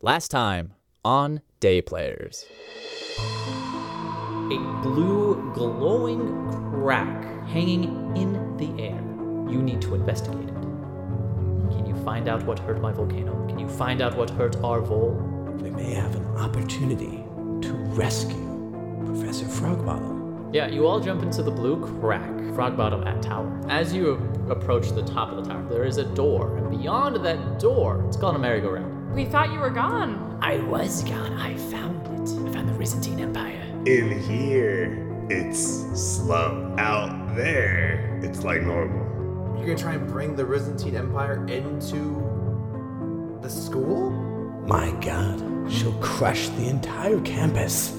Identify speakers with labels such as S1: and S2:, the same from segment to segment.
S1: Last time on Day Players.
S2: a blue glowing crack hanging in the air. You need to investigate it. Can you find out what hurt my volcano? Can you find out what hurt our vol?
S3: We may have an opportunity to rescue Professor Frogbottom.
S2: Yeah, you all jump into the blue crack, frog bottom at tower. As you approach the top of the tower, there is a door, and beyond that door, it's called a merry-go-round.
S4: We thought you were gone.
S2: I was gone. I found it. I found the Byzantine Empire.
S5: In here, it's slow. Out there, it's like normal.
S6: You're gonna try and bring the Byzantine Empire into the school?
S3: My god, she'll crush the entire campus.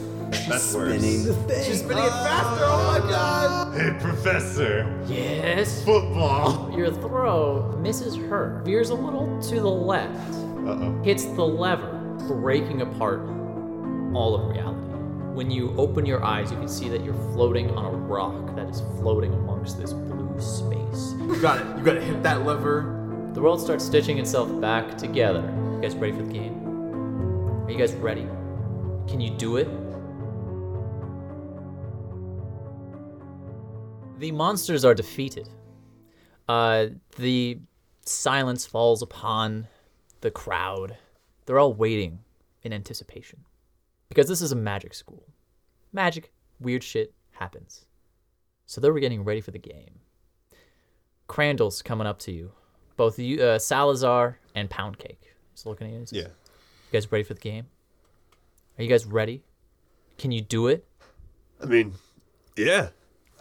S5: That's
S3: Spinning the
S5: worse.
S3: thing. She's
S6: Spinning it faster! Oh my god!
S5: Hey, Professor,
S2: Yes.
S5: football.
S2: Your throw misses her, veers a little to the left.
S5: Uh oh.
S2: hits the lever, breaking apart all of reality. When you open your eyes, you can see that you're floating on a rock that is floating amongst this blue space.
S6: You got it. You gotta hit that lever.
S2: The world starts stitching itself back together. You guys ready for the game? Are you guys ready? Can you do it? The monsters are defeated. Uh, the silence falls upon the crowd. They're all waiting in anticipation. Because this is a magic school. Magic, weird shit happens. So they're getting ready for the game. Crandall's coming up to you. Both you, uh, Salazar and Pound Cake. Just looking at you.
S5: Yeah.
S2: You guys ready for the game? Are you guys ready? Can you do it?
S5: I mean, yeah.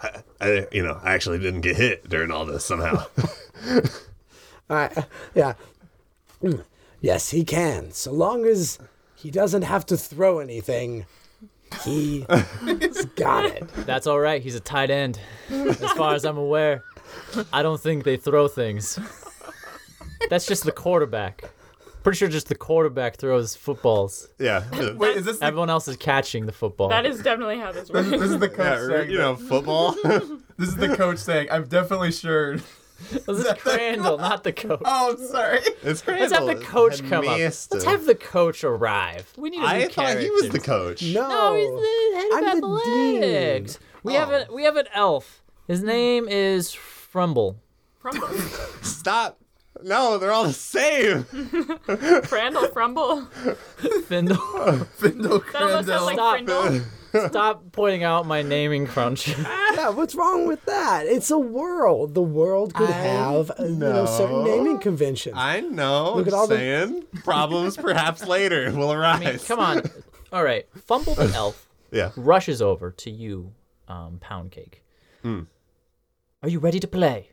S5: I, I, you know, I actually didn't get hit during all this somehow.
S3: I, uh, yeah. Mm. Yes, he can. So long as he doesn't have to throw anything, he's got it.
S2: That's all right. He's a tight end, as far as I'm aware. I don't think they throw things. That's just the quarterback. Pretty sure just the quarterback throws footballs.
S5: yeah.
S6: Wait, is this the,
S2: Everyone else is catching the football.
S4: That is definitely how this works.
S6: this is the coach
S5: Yeah,
S6: saying
S5: uh, you know, football.
S6: this is the coach saying, I'm definitely sure.
S2: this is Crandall, not the coach.
S6: Oh, I'm sorry.
S5: It's
S2: Let's have the coach come up. Let's have the coach arrive. We need a new
S5: I thought he was
S2: character.
S5: the coach.
S3: No,
S2: No, he's the head of
S3: I'm the
S2: athletics. we have a we have an elf. His name is Frumble.
S4: Frumble.
S5: Stop. No, they're all the same.
S4: Crandall, Frumble.
S2: Findle.
S6: Findle
S4: That almost sounds like
S6: Crandall.
S2: Stop.
S4: Frindle.
S2: Stop pointing out my naming crunch.
S3: Yeah, what's wrong with that? It's a world. The world could have uh, you know, certain
S5: know.
S3: naming conventions.
S5: I know.
S3: Look at
S5: just
S3: all the-
S5: saying. Problems perhaps later will arise.
S2: Come on. All right. Fumble the elf
S5: Yeah.
S2: rushes over to you, um, Pound Cake. Are you ready to play?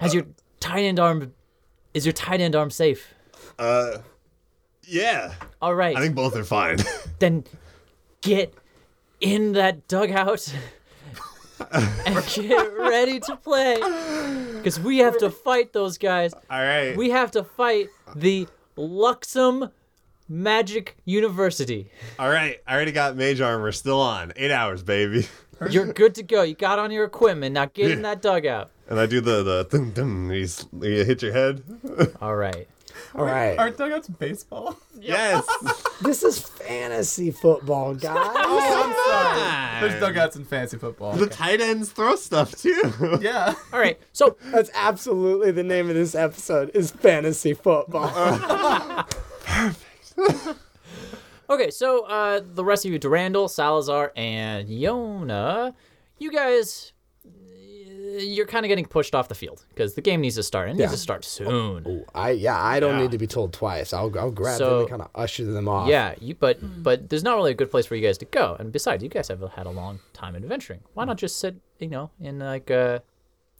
S2: Has your tight end arm? Is your tight end arm safe?
S5: Uh, yeah.
S2: All right.
S5: I think both are fine.
S2: then get in that dugout and get ready to play because we have to fight those guys
S5: all right.
S2: we have to fight the luxem magic university
S5: all right. I already got mage armor. Still on. Eight hours, baby.
S2: you're good to go you got on your equipment now get in that dugout
S5: And I do the the dum dum. You s- you hit your head.
S2: all right
S3: All right.
S6: Aren't dugouts baseball?
S5: Yes.
S3: This is fantasy football, guys.
S6: Oh, I'm sorry. There's dugouts in fantasy football.
S5: the tight ends throw stuff too.
S6: Yeah.
S2: all right so
S3: That's absolutely the name of this episode is fantasy football.
S2: Uh, Okay, so uh, the rest of you, Durandal, Salazar, and Yona, you guys, you're kind of getting pushed off the field because the game needs to start. and It needs
S3: Yeah.
S2: to start soon.
S3: I yeah, I don't need to be told twice. I'll I'll grab
S2: So-
S3: them and kind of usher them off.
S2: Yeah, you, but but there's not really a good place for you guys to go. And besides, you guys have had a long time adventuring.
S5: Hmm.
S2: Why not just sit, you know, in like uh,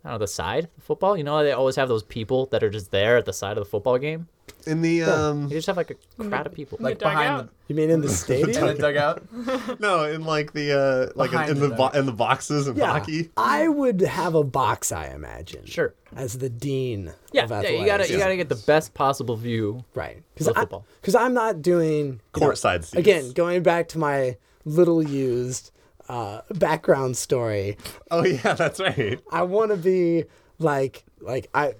S2: I don't know, the side the football. You know, how they always have those people that are just there at the side of the football game.
S5: In the um
S2: You just have like a crowd of people.
S6: Like
S4: The dugout?
S6: behind
S3: You mean in the
S6: the,
S3: stadium?
S6: in the dugout.
S5: no in like the uh like in,
S6: Behind
S5: in
S6: the
S5: the bo- in the boxes and
S3: yeah.
S5: hockey.
S3: I would have a box, I imagine.
S2: Sure.
S3: As the dean
S2: yeah,
S3: of
S2: yeah,
S3: athletics.
S2: you gotta you gotta get the best possible view.
S3: Right.
S2: Love football.
S3: Because I'm not doing you know,
S5: Courtside seats.
S3: Again, going back to my little used uh, background story,
S5: Oh yeah, that's right.
S3: I want to be like like I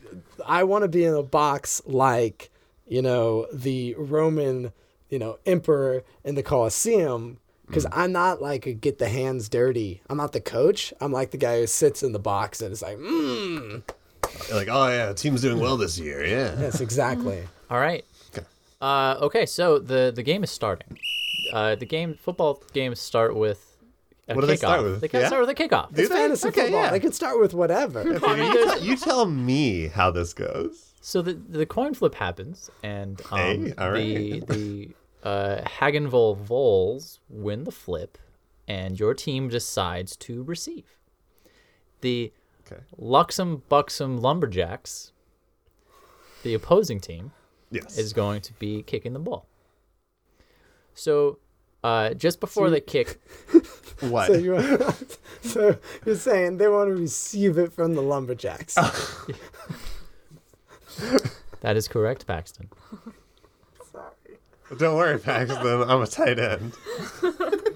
S3: I want to be in a box like you know the Roman you know, emperor in the Colosseum because I'm not like a get the hands dirty. I'm not the coach. I'm like the guy who sits in the box and is like, mmm.
S5: Like, oh yeah, team's doing well this year. Yeah.
S3: Yes, exactly.
S2: All right. Uh, okay, so the, the game is starting. Uh, the game football games start with a
S5: What do
S2: kickoff.
S5: they start with?
S2: They kinda
S5: Yeah?
S2: start with a kickoff.
S5: Do they?
S3: Fantasy
S5: Okay,
S3: football.
S5: yeah.
S3: They could start with whatever.
S5: Dude, you, tell, you tell me how this goes.
S2: So the the coin flip happens, and um,
S5: Hey,
S2: the
S5: all right.
S2: the uh, Hagenville Vols win the flip, and your team decides to receive. The
S5: Okay.
S2: Luxem Buxum Lumberjacks, the opposing team,
S5: Yes.
S2: is going to be kicking the ball. So, uh, just before the kick,
S5: what?
S3: So, you want, so you're saying they want to receive it from the lumberjacks.
S2: that is correct, Paxton.
S5: Don't worry, Paxton. I'm a tight end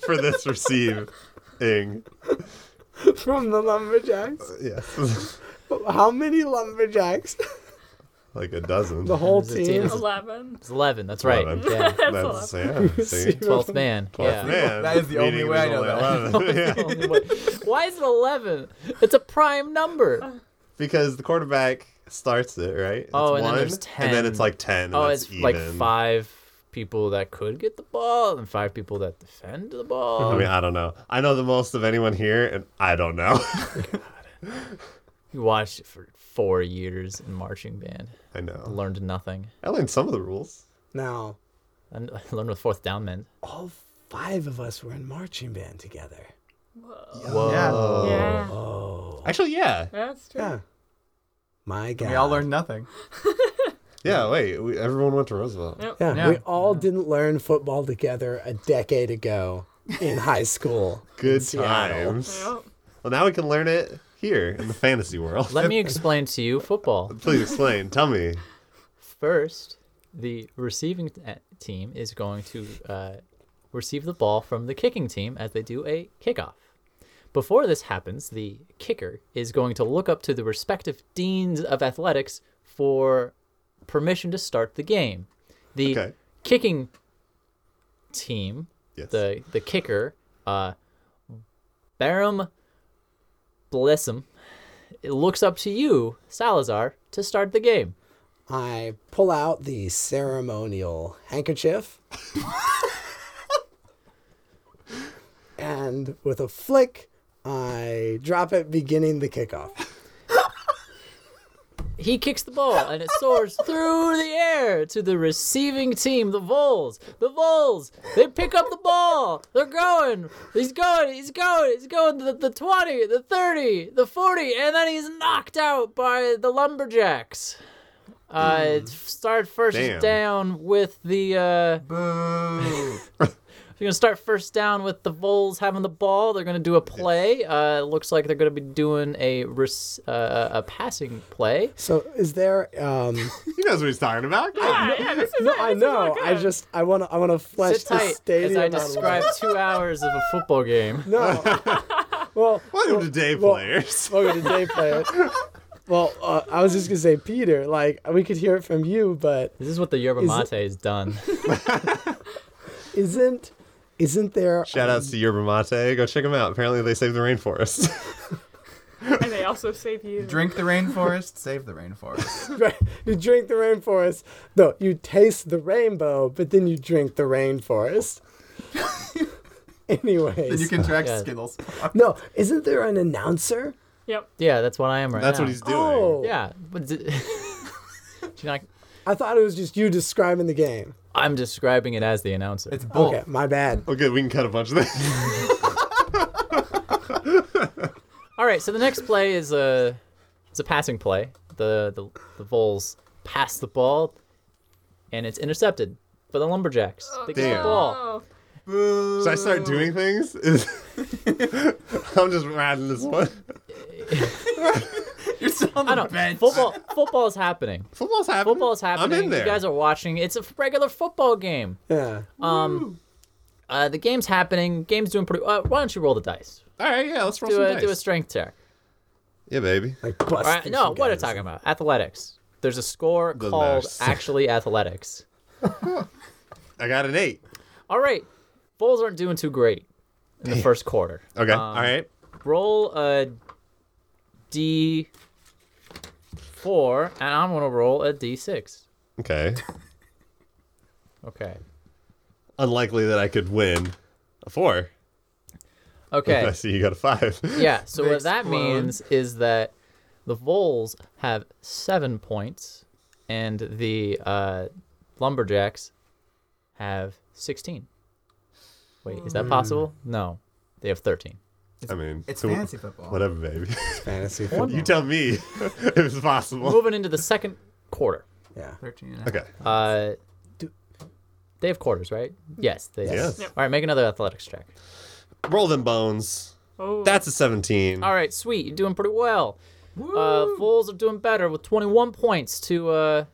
S5: for this receiving.
S3: from the lumberjacks.
S5: Yes.
S3: How many lumberjacks?
S5: like a dozen.
S3: The whole
S2: This is a team.
S3: team.
S4: Eleven.
S2: It's eleven. That's right.
S5: Eleven.
S2: Yeah.
S5: That's yeah. See?
S2: Twelfth man. yeah.
S5: Man,
S6: That is the only
S5: meeting
S6: way I
S5: is
S6: know
S5: only
S6: that.
S5: 11. Yeah.
S2: Why is it 11? It's a prime number.
S5: Because the quarterback starts it, right? It's
S2: Oh, and then
S5: one,
S2: there's
S5: And then
S2: 10.
S5: it's like 10. and
S2: Oh,
S5: that's
S2: it's like
S5: even.
S2: five people that could get the ball and five people that defend the ball.
S5: I mean, I don't know. I know the most of anyone here, and I don't know.
S2: you watched it for four years in marching band,
S5: I know.
S2: learned nothing.
S5: I learned some of the rules.
S3: Now,
S2: I I learned what fourth down meant.
S3: all five of us were in marching band together. Oh.
S2: Whoa.
S4: Yeah,
S5: Actually, yeah.
S4: that's true.
S3: Yeah. My God.
S7: We all learned nothing.
S5: Yeah, wait. We, everyone went to Roosevelt.
S4: Yep.
S3: Yeah,
S7: Yeah.
S3: we all didn't learn football together a decade ago in high school.
S5: Good
S3: Seattle.
S5: times.
S4: Yep.
S5: Well, now we can learn it here in the fantasy world.
S2: Let me explain to you football.
S5: Please explain. Tell me.
S2: First, the receiving t- eh, team is going to uh, receive the ball from the kicking team as they do a kickoff. Before this happens, the kicker is going to look up to the respective deans of athletics for permission to start the game. The
S5: Okay.
S2: kicking team,
S5: Yes.
S2: the the kicker, uh, Barum Blessum, it looks up to you, Salazar, to start the game.
S3: I pull out the ceremonial handkerchief. and with a flick, I drop it beginning the kickoff.
S2: He kicks the ball and it soars through the air to the receiving team, the Vols. The Vols, they pick up the ball. They're going. He's going. He's going. He's going to the, the 20, the 30, the 40, and then he's knocked out by the Lumberjacks. Uh, it Start first
S5: Damn.
S2: down with the. Uh,
S7: Boo.
S2: They're gonna start first down with the Vols having the ball. They're gonna do a play. Uh, looks like they're gonna be doing a res- uh, a passing play.
S3: So is there um
S5: He knows what he's talking about.
S4: Yeah, yeah, this is
S3: No,
S4: it.
S3: I
S4: This is all
S3: know. I
S4: good.
S3: just I want to I want to flesh
S2: Sit
S3: the
S2: tight
S3: stadium
S2: as I
S3: out a little
S2: describe two hours of a football game.
S3: bit. No. well,
S5: Welcome to Day
S3: well-
S5: Players.
S3: Welcome to Day Player. Well, uh, I was just gonna say, Peter. Like we could hear it from you, but
S2: This is what the yerba
S3: Is it-
S2: mate has done.
S3: isn't isn't there?
S5: Shout outs to Yerba Mate. Go check them out. Apparently, they saved the rainforest.
S4: And they also save you.
S7: Drink the rainforest, save the rainforest.
S3: you drink the rainforest. No, you taste the rainbow, but then you drink the rainforest.
S7: Then you
S3: Anyways,
S7: contract
S2: Yeah.
S7: Skittles.
S3: no, isn't there an announcer?
S4: Yep.
S2: Yeah, that's what I am right
S5: That's
S2: now.
S5: what he's doing.
S3: Oh,
S2: Yeah, but d- do you not-
S3: I thought it was just you describing the game.
S2: I'm describing it as the announcer.
S7: It's
S5: Oh.
S7: bull.
S3: Okay, my bad.
S5: Well, good. We can cut a bunch of this.
S2: All right, so the next play is a it's a passing play. The the the Vols pass the ball, and it's intercepted by the Lumberjacks. They get the
S5: Damn.
S2: ball.
S4: Oh,
S5: Should I start doing things? Is- I'm just riding this one.
S7: You're still on
S2: I
S7: the
S2: don't know.
S7: bench.
S2: Football football is happening.
S5: Football's happening.
S2: Football's happening.
S5: I'm in there.
S2: You guys are watching. It's a regular football game.
S3: Yeah.
S2: Um, uh, the game's happening. Game's doing pretty. Uh, why don't you roll the dice?
S5: All right, yeah. Let's roll
S2: Do
S5: some
S2: a
S5: dice.
S2: do a strength check.
S5: yeah, baby.
S3: Like bust.
S2: All right,
S3: through
S2: no,
S3: some
S2: what are you
S3: guys.
S2: talking about? Athletics. There's a score
S5: Doesn't matter.
S2: called actually athletics.
S5: I got an eight.
S2: All right. Bulls aren't doing too great in the first quarter.
S5: Okay. All right.
S2: Roll a d4, and I'm going to roll a d6.
S5: Okay.
S2: Okay.
S5: Unlikely that I could win a four. I
S2: Okay.
S5: see you got a five.
S2: Yeah. So
S7: They
S2: what that
S7: explode.
S2: means is that the Voles have seven points, and the uh, Lumberjacks have sixteen. Wait, is that possible? No, they have thirteen.
S5: I mean,
S7: It's
S5: who-
S7: fancy football.
S5: Whatever, baby.
S3: Fantasy football.
S5: you tell me if it's possible.
S2: Moving into the second quarter.
S3: Yeah.
S7: 13 and a half.
S5: Okay.
S2: Uh, they have quarters, right? Yes. They
S5: Yes.
S2: All right, make another athletics check.
S5: Roll them bones.
S4: Oh,
S5: That's a 17.
S2: All right, sweet. You're doing pretty well. Uh, Vols are doing better with 21 points to uh,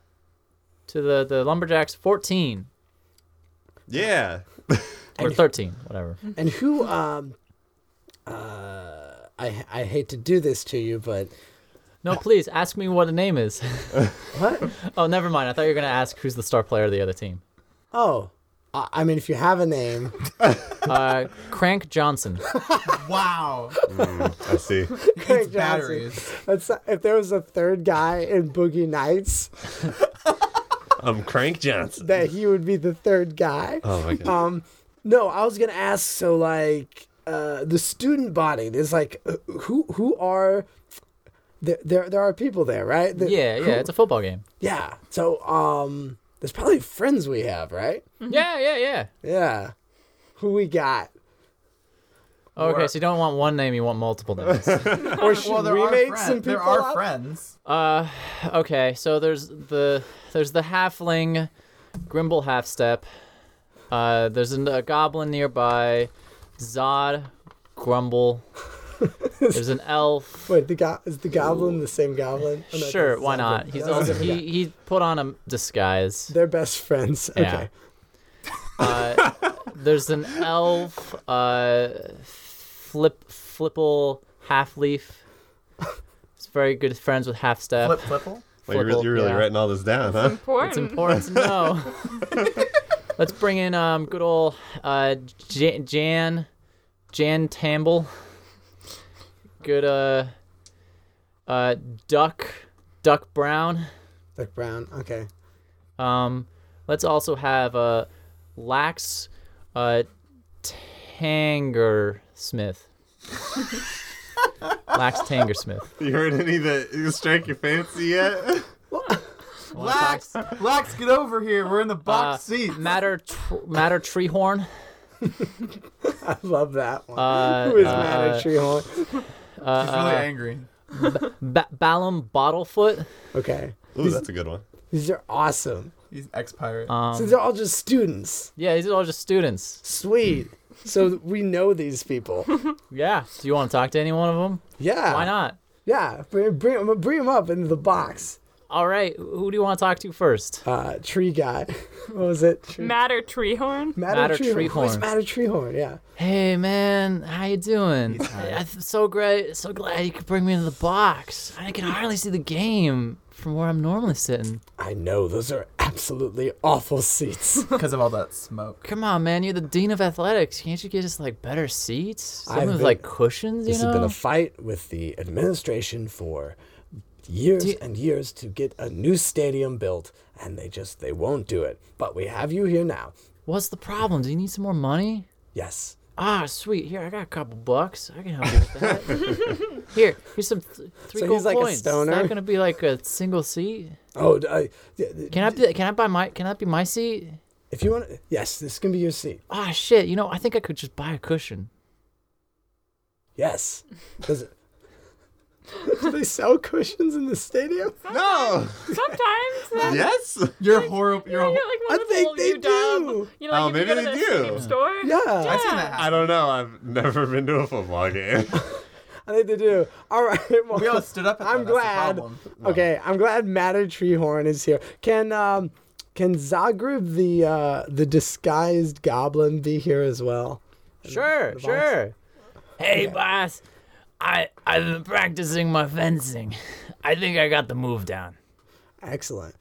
S2: to the, the Lumberjacks 14
S5: Yeah.
S2: or 13, whatever.
S3: And who um uh I I hate to do this to you, but
S2: No, please ask me what a name is.
S3: what?
S2: oh, never mind. I thought you were gonna ask who's the star player of the other team.
S3: Oh. I I mean, if you have a name,
S2: Uh, Crank Johnson.
S7: Wow.
S5: I see.
S3: Craig Johnson.
S7: Batteries.
S3: That's, if there was a third guy in Boogie Nights,
S5: I'm Crank Johnson.
S3: that he would be the third guy.
S5: Oh my god.
S3: Um, no, I was gonna ask. So like, uh, the student body. There's like, uh, who who are there? There, there are people there, right? The-
S2: Yeah, yeah. It's a football game.
S3: yeah. So um, there's probably friends we have, right?
S2: Yeah, yeah, yeah.
S3: Yeah. Who we got?
S2: Okay, so you don't want one name, you want multiple names.
S3: Or should
S7: Well, there
S3: we
S7: are,
S3: make
S7: friends.
S3: some people
S7: there are
S3: up?
S7: friends.
S2: Uh, okay, so there's the there's the halfling, Grimble halfstep. Uh, there's an, a goblin nearby, Zod, Grumble. There's an elf.
S3: Wait, the go- is the goblin the same goblin? Oh, no,
S2: Sure,
S3: that's
S2: why
S3: the
S2: not?
S3: goblin.
S2: He's
S3: That's
S2: also,
S3: the
S2: he
S3: guy.
S2: he put on a disguise.
S3: They're best friends. Okay.
S2: Yeah. Uh, there's an elf, uh, flip flipple half leaf. It's very good friends with half step.
S7: Flip, flipple.
S5: Well, you're, really- you're really
S2: yeah.
S5: writing all this down, huh?
S4: important.
S2: It's important to know. Let's bring in um good old uh J- Jan Jan Tamble. Good uh uh duck duck brown.
S3: Doc Brown. Okay.
S2: Um, let's also have uh, Lax uh, Tanger Smith. Lax Tanger Smith.
S5: You heard any that strike your fancy yet?
S7: Lax, Lax, get over here. We're in the
S2: Uh,
S7: box seat.
S2: Matter tr- Matter Treehorn.
S3: I love that one.
S2: Uh,
S3: Who is
S2: uh,
S3: mad at Treehorn?
S7: She's really angry.
S2: Ba- Balam Bottlefoot.
S3: Okay.
S5: Ooh, that's a good one.
S3: These are awesome.
S7: He's ex-pirate.
S2: Um,
S3: so they're all just students.
S2: Yeah, these are all just students.
S3: Sweet.
S2: hmm.
S3: so we know these people.
S2: Yeah. Do you want to talk to any one of them?
S3: Yeah.
S2: Why not?
S3: Yeah. Bring, bring, bring them up into the box.
S2: All right. Who do you want to talk to first?
S3: Uh, tree guy. what was it? Tree-
S4: Matter Treehorn.
S2: Matter
S3: Who's
S2: Treehorn.
S3: Matter Treehorn? Yeah.
S2: Hey man, how you doing? I, I'm so great, so glad you could bring me into the box. I can hardly see the game from where I'm normally sitting.
S3: I know. Those are absolutely awful seats.
S7: Because of all that smoke.
S2: Come on, man, you're the dean of athletics. Can't you get us like better seats? Something
S3: I've
S2: with
S3: been-
S2: like cushions, you
S3: this has
S2: know?
S3: been a fight with the administration for years and years to get a new stadium built and they just they won't do it but we have you here now
S2: What's the problem? Do you need some more money?
S3: yes
S2: Ah, sweet. Here, I got a couple bucks. I can help you with that. Here, here's some th- three
S3: So
S2: gold
S3: he's like a
S2: coins.
S3: stoner?
S2: It's not gonna be like a single seat.
S3: oh uh,
S2: Can I? Be, can I buy my? Can that be my seat?
S3: if you want yes this can be your seat
S2: Ah, shit. You know, I think I could just buy a cushion.
S3: Yes. Does it... Do they sell cushions in the stadium?
S5: No!
S4: Sometimes. That,
S5: Yes!
S7: You're horrible.
S4: You
S7: You're.
S4: know,
S7: Hor-
S4: get, like
S3: I
S4: one of the
S3: think
S4: little
S3: they
S4: U-dub,
S3: do.
S4: You know, like if
S5: Oh,
S4: you
S5: maybe
S4: go to
S5: they
S4: the
S5: do.
S4: Steam store.
S3: Yeah.
S7: I've seen that
S5: I
S7: happen.
S5: don't know. I've never been to a football game.
S3: I think they do. All right. well,
S7: We all stood up at
S3: I'm
S7: that, that's the
S3: glad.
S7: problem.
S3: Okay, I'm glad Matter Treehorn is here. Can um can Zagreb the uh the disguised goblin be here as well?
S2: Sure,
S3: box?
S2: sure. Hey, boss. I I've been practicing my fencing. I think I got the move down.
S3: Excellent.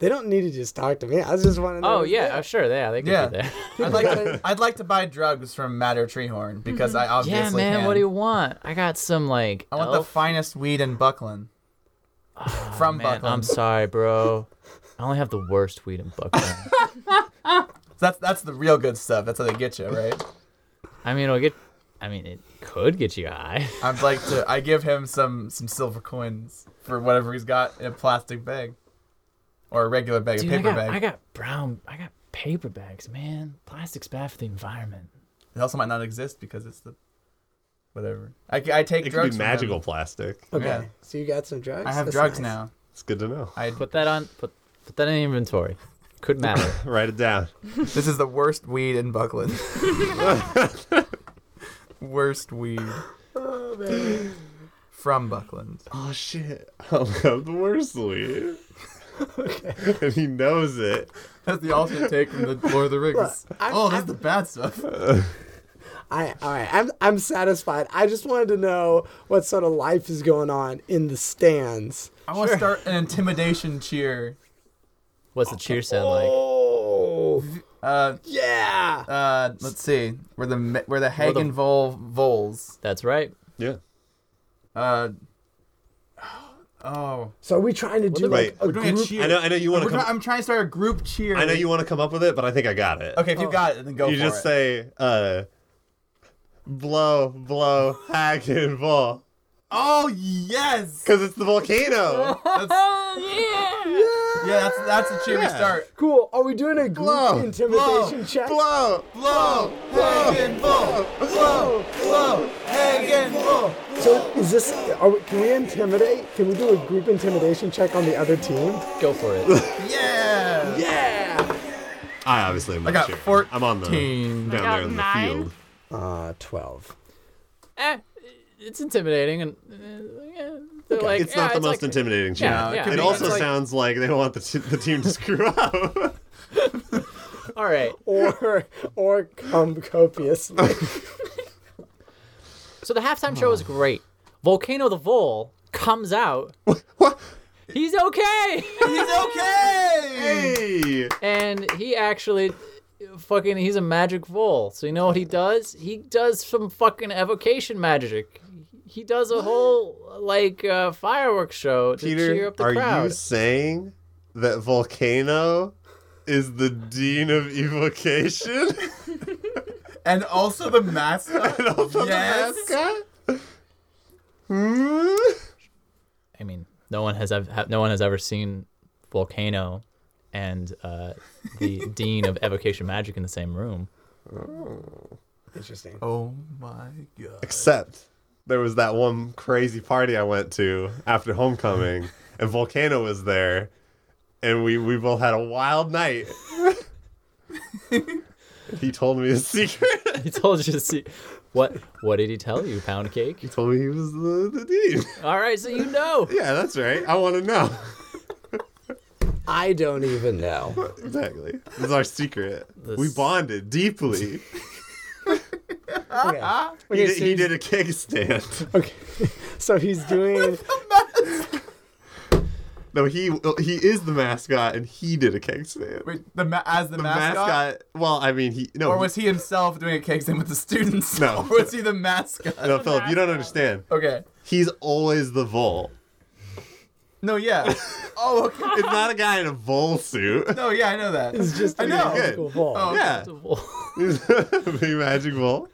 S3: They don't need to just talk to me. I was just wanting. to know
S2: Oh
S3: what's
S2: yeah,
S3: there.
S2: uh, sure. Yeah, they could
S7: Yeah.
S2: be there.
S7: I'd like to, I'd like to buy drugs from Matter Treehorn because I obviously
S2: yeah, man.
S7: can.
S2: What do you want? I got some like.
S7: I want the
S2: elf.
S7: finest weed in Buckland. from
S2: Oh, Man,
S7: Buckland.
S2: I'm sorry, bro. I only have the worst weed in Buckland.
S7: That's that's the real good stuff. That's how they get you, right?
S2: I mean, it'll get. I mean, it could get you high.
S7: I'd like to. I give him some some silver coins for whatever he's got in a plastic bag, or a regular bag,
S2: Dude,
S7: a paper
S2: I got,
S7: bag.
S2: I got brown. I got paper bags, man. Plastic's bad for the environment.
S7: It also might not exist because it's the whatever. I, I take
S5: It could
S7: drugs.
S5: be
S7: from him.
S5: magical plastic.
S3: Okay.
S7: Yeah.
S3: So you got some drugs.
S7: I have
S3: That's
S7: drugs
S3: nice.
S7: now.
S5: It's good to know.
S7: I
S2: Put that on. Put put that in inventory. Could matter.
S5: Write it down.
S7: this is the worst weed in Buckland. worst weed
S2: Oh,
S7: from Buckland.
S5: Oh shit! I love the worst weed. and he knows it.
S7: That's the alternate take from the Lord of the Rings.
S3: I'm-
S7: oh, that's the bad stuff.
S3: I all right. I'm I'm satisfied. I just wanted to know what sort of life is going on in the stands.
S7: I want to start an intimidation cheer.
S2: What's the cheer sound like?
S3: Oh
S7: Uh,
S3: yeah!
S7: uh, let's see. We're the me- we're the Hagen Vol Vols.
S2: That's right.
S5: Yeah.
S7: Uh, oh,
S3: So are we trying to do like
S5: Wait.
S3: a
S7: we're doing
S3: group?
S7: a cheer.
S5: I know. I know you want
S7: We're
S5: to
S7: try-
S5: come.
S7: I'm trying to start a group cheer.
S5: I know you want to come up with it, but I think I got it.
S7: Okay, if you got it, then go
S5: You
S7: for
S5: just
S7: it.
S5: say, uh, blow, blow, hack and ball,
S7: oh yes.
S5: because it's the volcano.
S7: Yeah, that's that's the cheer we start.
S3: Cool. Are we doing a group
S5: Blow,
S3: intimidation check?
S5: blow,
S7: Blow, Hagen Vol, blow, blow, Hagen Vol.
S3: So is this? Are we, can we intimidate? Can we do a group intimidation check on the other team?
S2: Go for it.
S7: Yeah.
S3: Yeah.
S5: I obviously am
S7: I
S5: not
S7: got
S5: sure.
S7: 14.
S5: I'm on the down
S4: I got
S5: there in the
S4: nine.
S5: field.
S3: Uh, twelve.
S2: Eh, it's intimidating, and uh, yeah, they're like,
S5: It's not
S2: yeah,
S5: the
S2: like-
S5: most intimidating cheer.
S2: Yeah, yeah.
S5: It
S2: It's
S5: also
S2: like-
S5: sounds like they want the, t- the team to screw up.
S2: All right.
S3: Or or come copiously.
S2: So the halftime show
S5: Oh.
S2: is great. Volcano the Vole comes out.
S5: what?
S2: He's okay,
S7: He's okay.
S5: Hey!
S2: and he actually. Fucking, he's a magic vole. So you know what he does? He does some fucking evocation magic. He does a whole like uh, fireworks show to cheer
S5: Peter,
S2: up the
S5: are
S2: crowd.
S5: you saying that volcano is the dean of evocation?
S7: And also the mascot.
S5: and also
S7: Yes.
S5: the mascot? Hmm?
S2: I mean, no one has ev- ha- no one has ever seen Volcano and uh, the dean of evocation magic in the same room.
S3: Interesting.
S7: Oh my god.
S5: Except there was that one crazy party I went to after homecoming, and Volcano was there, and we we both had a wild night. he told me a secret.
S2: He told you to see what what did he tell you, pound cake?
S5: He told me he was the, the dean.
S2: All right, so you know.
S5: yeah, that's right. I want to know
S3: I don't even know.
S5: exactly. This is our secret. We
S2: This-
S5: bonded deeply.
S3: Okay.
S5: Ah, He,
S3: Okay,
S5: did,
S3: so
S5: he
S3: he's-
S5: did a kickstand.
S3: Okay. So he's doing.
S5: No, he he is the mascot, and he did a kickstand.
S7: Wait, the ma- as the,
S5: the
S7: mascot?
S5: mascot. Well, I mean, he no.
S7: Or was he himself doing a cake stand with the students?
S5: No.
S7: Or was he the mascot?
S5: no, Philip, you don't understand.
S7: Okay.
S5: He's always the vole.
S7: No, yeah. Oh, okay.
S5: It's not a guy in a vole suit.
S7: No, yeah, I know that.
S3: He's just
S7: I
S3: doing
S7: know.
S3: a magical ball.
S7: Oh,
S5: Yeah, he's a big magic vole.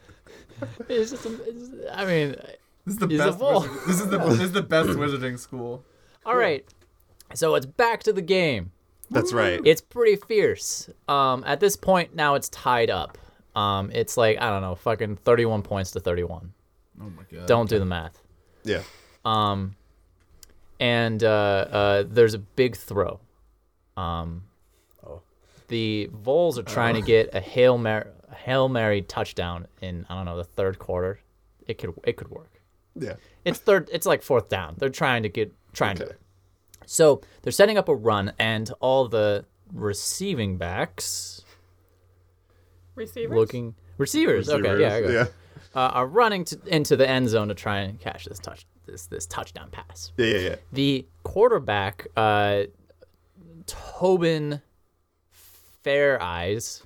S2: It's just, a- it's, I mean,
S7: This is the
S2: He's a
S7: best.
S2: vole.
S7: wizard- This is the this is the best wizarding school.
S2: all right. So it's back to the game.
S5: That's right.
S2: It's pretty fierce. Um, at this point now it's tied up. Um, it's like I don't know, fucking thirty-one points to thirty-one.
S7: Oh my god.
S2: Don't do the math.
S5: yeah,
S2: Um, and uh, uh, there's a big throw. Um, the Vols are trying to get a hail mary, hail mary touchdown in I don't know the third quarter. It could it could work.
S5: yeah.
S2: It's third. It's like fourth down. They're trying to get trying to. So they're setting up a run, and all the receiving backs
S4: Receivers.
S2: looking receivers. Okay, yeah, I got it.
S5: yeah,
S2: Uh, are running to, into the end zone to try and catch this touch this this touchdown pass.
S5: yeah, yeah, yeah.
S2: the quarterback uh, Tobin Fair Eyes.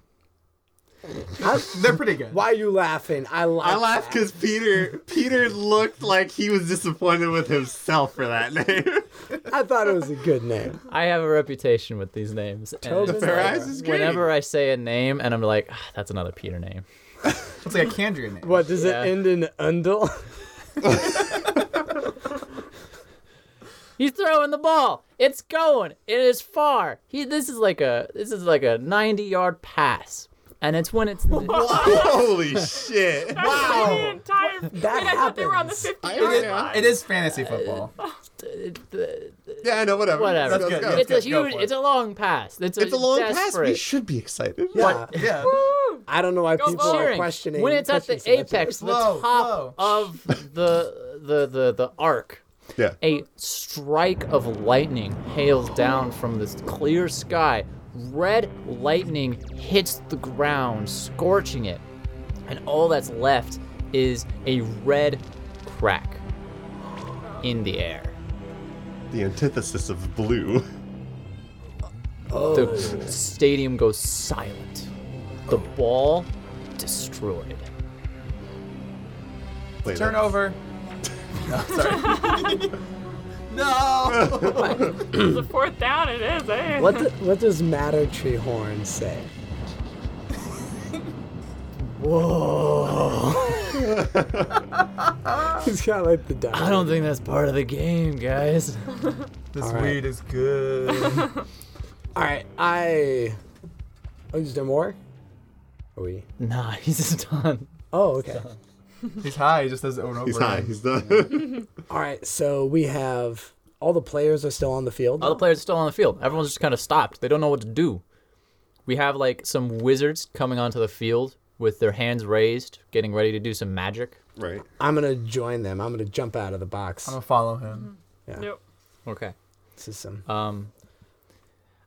S7: They're pretty good.
S3: Why are you laughing? I like.
S5: I laugh because Peter Peter looked like he was disappointed with himself for that name.
S3: I thought it was a good name.
S2: I have a reputation with these names. and
S3: Tobin
S2: it's
S3: Fair
S2: like,
S5: Eyes is great.
S2: Whenever I say a name and I'm like, "Ah, that's another Peter name.
S7: It's like a Candrian name.
S3: What does
S2: Yeah.
S3: it end in undle?
S2: He's throwing the ball. It's going. It is far. He. This is like a. This is like a 90 yard pass, and it's when it's.
S5: Holy shit!
S4: Wow. The entire. Wait,
S3: That
S4: I thought they were on the
S3: happens.
S4: 50
S5: I-
S4: yard line.
S7: It is fantasy football.
S5: Yeah, I know. Whatever.
S2: Whatever.
S5: Let's go, let's
S7: That's good.
S5: go.
S2: It's a
S7: Go for
S2: huge.
S7: it.
S2: It's a long pass. It's a,
S5: It's a long pass.
S2: desperate.
S5: We should be excited.
S3: Yeah.
S7: Yeah.
S3: I don't know why people are
S2: cheering
S3: questioning.
S2: when it's at the
S3: questioning so much.
S2: apex, the
S7: Whoa,
S2: top
S7: whoa.
S2: of the the the the arc.
S5: Yeah.
S2: A strike of lightning hails down from this clear sky. Red lightning hits the ground, scorching it, and all that's left is a red crack in the air.
S5: The antithesis of blue.
S2: The stadium goes silent. The ball destroyed.
S5: Wait,
S7: Turnover. No, sorry. no.
S4: It's a fourth down. It is. Eh?
S3: What, do- what does Matter Tree Horn say? Whoa. He's kind of like the dog.
S2: I don't think that's part of the game, guys.
S7: This
S3: right.
S7: weed is good.
S3: All right, I. Oh, is there more? Are we?
S2: Nah, he's just done.
S3: Oh, okay.
S7: He's high. He just does it over and over.
S5: He's high. He's done.
S3: All right, so we have all the players are still on the field.
S2: All the players are still on the field. Everyone's just kind of stopped. They don't know what to do. We have like some wizards coming onto the field with their hands raised, getting ready to do some magic.
S5: right.
S3: I'm gonna join them. I'm gonna jump out of the box.
S7: I'm
S2: Oh.
S7: gonna follow him.
S4: Nope.
S2: Okay.
S3: This is some-
S2: Um,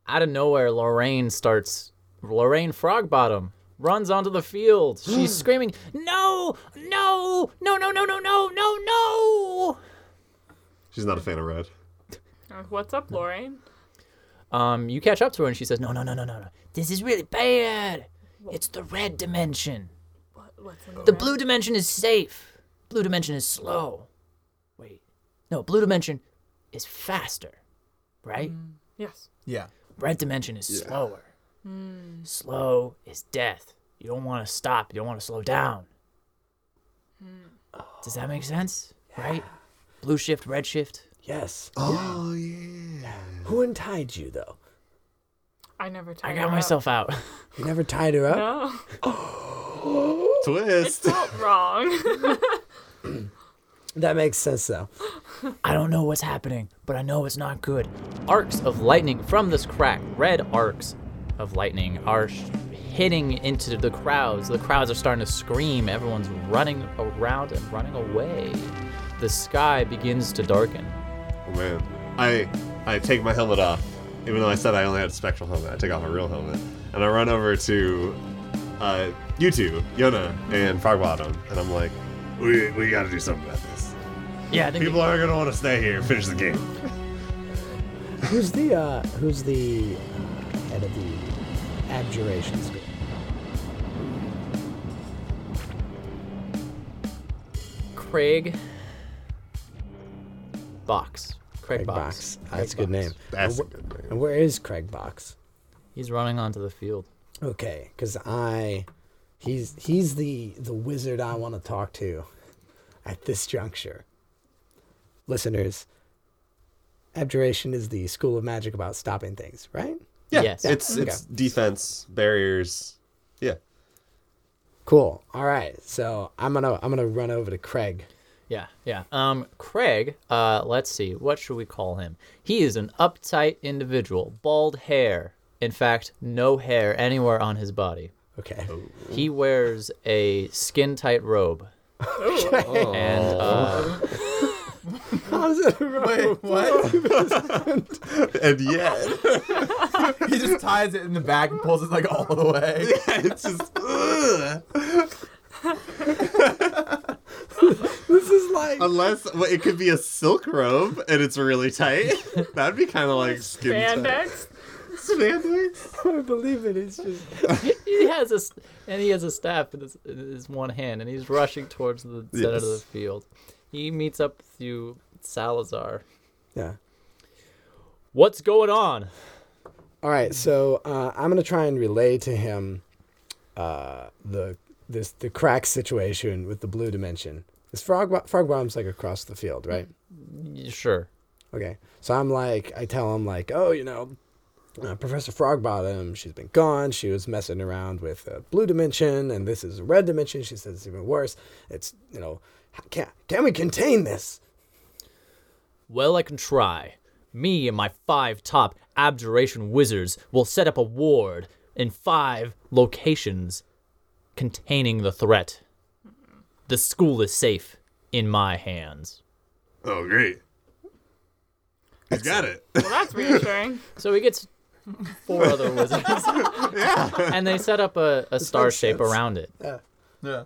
S2: out of nowhere, Lorraine starts. Lorraine Frogbottom runs onto the field. She's screaming, "No! No! No! No! No! No! No! No! No!"
S5: She's not a fan of red.
S4: Uh, What's up, Lorraine?
S2: Um, you catch up to her and she says, "No! No! No! No! No! no. This is really bad. It's the red dimension.
S4: What, what's in
S2: The
S4: red?
S2: blue dimension is safe. Blue dimension is slow. Wait, no, blue dimension is faster, right?
S4: Yes.
S7: Yeah.
S2: Red dimension is slower. Slow is death. You don't want to stop. You don't want to slow down. Does that make sense? Right? Blue shift, red shift.
S3: yes.
S5: Oh yeah.
S3: Who untied you though?
S4: I never.
S2: I
S4: tied her
S2: got
S4: up.
S2: myself out.
S3: You never tied her up.
S4: No. It
S5: Twist.
S4: felt wrong.
S3: That makes sense though.
S2: I don't know what's happening, but I know it's not good. Arcs of lightning from this crack, red arcs of lightning, are sh- hitting into the crowds. The crowds are starting to scream. Everyone's running around and running away. The sky begins to darken.
S5: Oh man. I I take my helmet off. Even though I said I only had a spectral helmet, I take off my real helmet. And I run over to uh you two, Yona and Frogbottom, and I'm like, we, we gotta do something about this.
S2: Yeah, I think
S5: People aren't gonna wanna stay here and finish the game.
S3: Who's the uh, Who's the uh, head of the abjuration school?
S2: Craig Box. Craig,
S3: Craig
S2: Box.
S3: Box. That's a good name.
S5: That's a good name.
S3: And where is Craig Box?
S2: He's running onto the field.
S3: Okay, because I, he's he's the the wizard I want to talk to, at this juncture. Listeners, abjuration is the school of magic about stopping things, right?
S5: Yeah,
S2: Yes.
S5: it's it's defense, barriers. Yeah.
S3: Cool. All right, so I'm gonna I'm gonna run over to Craig.
S2: Yeah, yeah. Um, Craig, uh, let's see, what should we call him? He is an uptight individual, bald hair. In fact, no hair anywhere on his body.
S3: Okay.
S2: He wears a skin tight robe. And uh,
S3: How's it
S7: Wait, what?
S5: And yeah,
S7: he just ties it in the back and pulls it like all the way.
S5: it's just ugh.
S3: This is like
S5: unless well, it could be a silk robe and it's really tight. That'd be kind of like skin tight.
S4: Spandex.
S5: Spandex?
S3: I believe it. It's just
S2: he has a s- and he has a staff in his, in his one hand, and he's rushing towards the center of the
S5: Yes.
S2: field. He meets up with you, Salazar.
S3: yeah.
S2: What's going on?
S3: All right, so uh, I'm gonna try and relay to him uh, the this the crack situation with the blue dimension. This frog bo- frog bomb's like across the field, right?
S2: Y- Sure.
S3: Okay, so I'm like, I tell him like, oh, you know, uh, Professor Frogbottom, she's been gone. She was messing around with uh, blue dimension, and this is a red dimension. She says it's even worse. It's you know, h- can can we contain this?
S2: Well, I can try. Me and my five top abjuration wizards will set up a ward in five locations containing the threat. The school is safe in my hands.
S5: Oh, great. He's got it.
S4: Well, that's reassuring.
S2: So he gets four other wizards. And they set up a, a star shape around it.
S7: Yeah.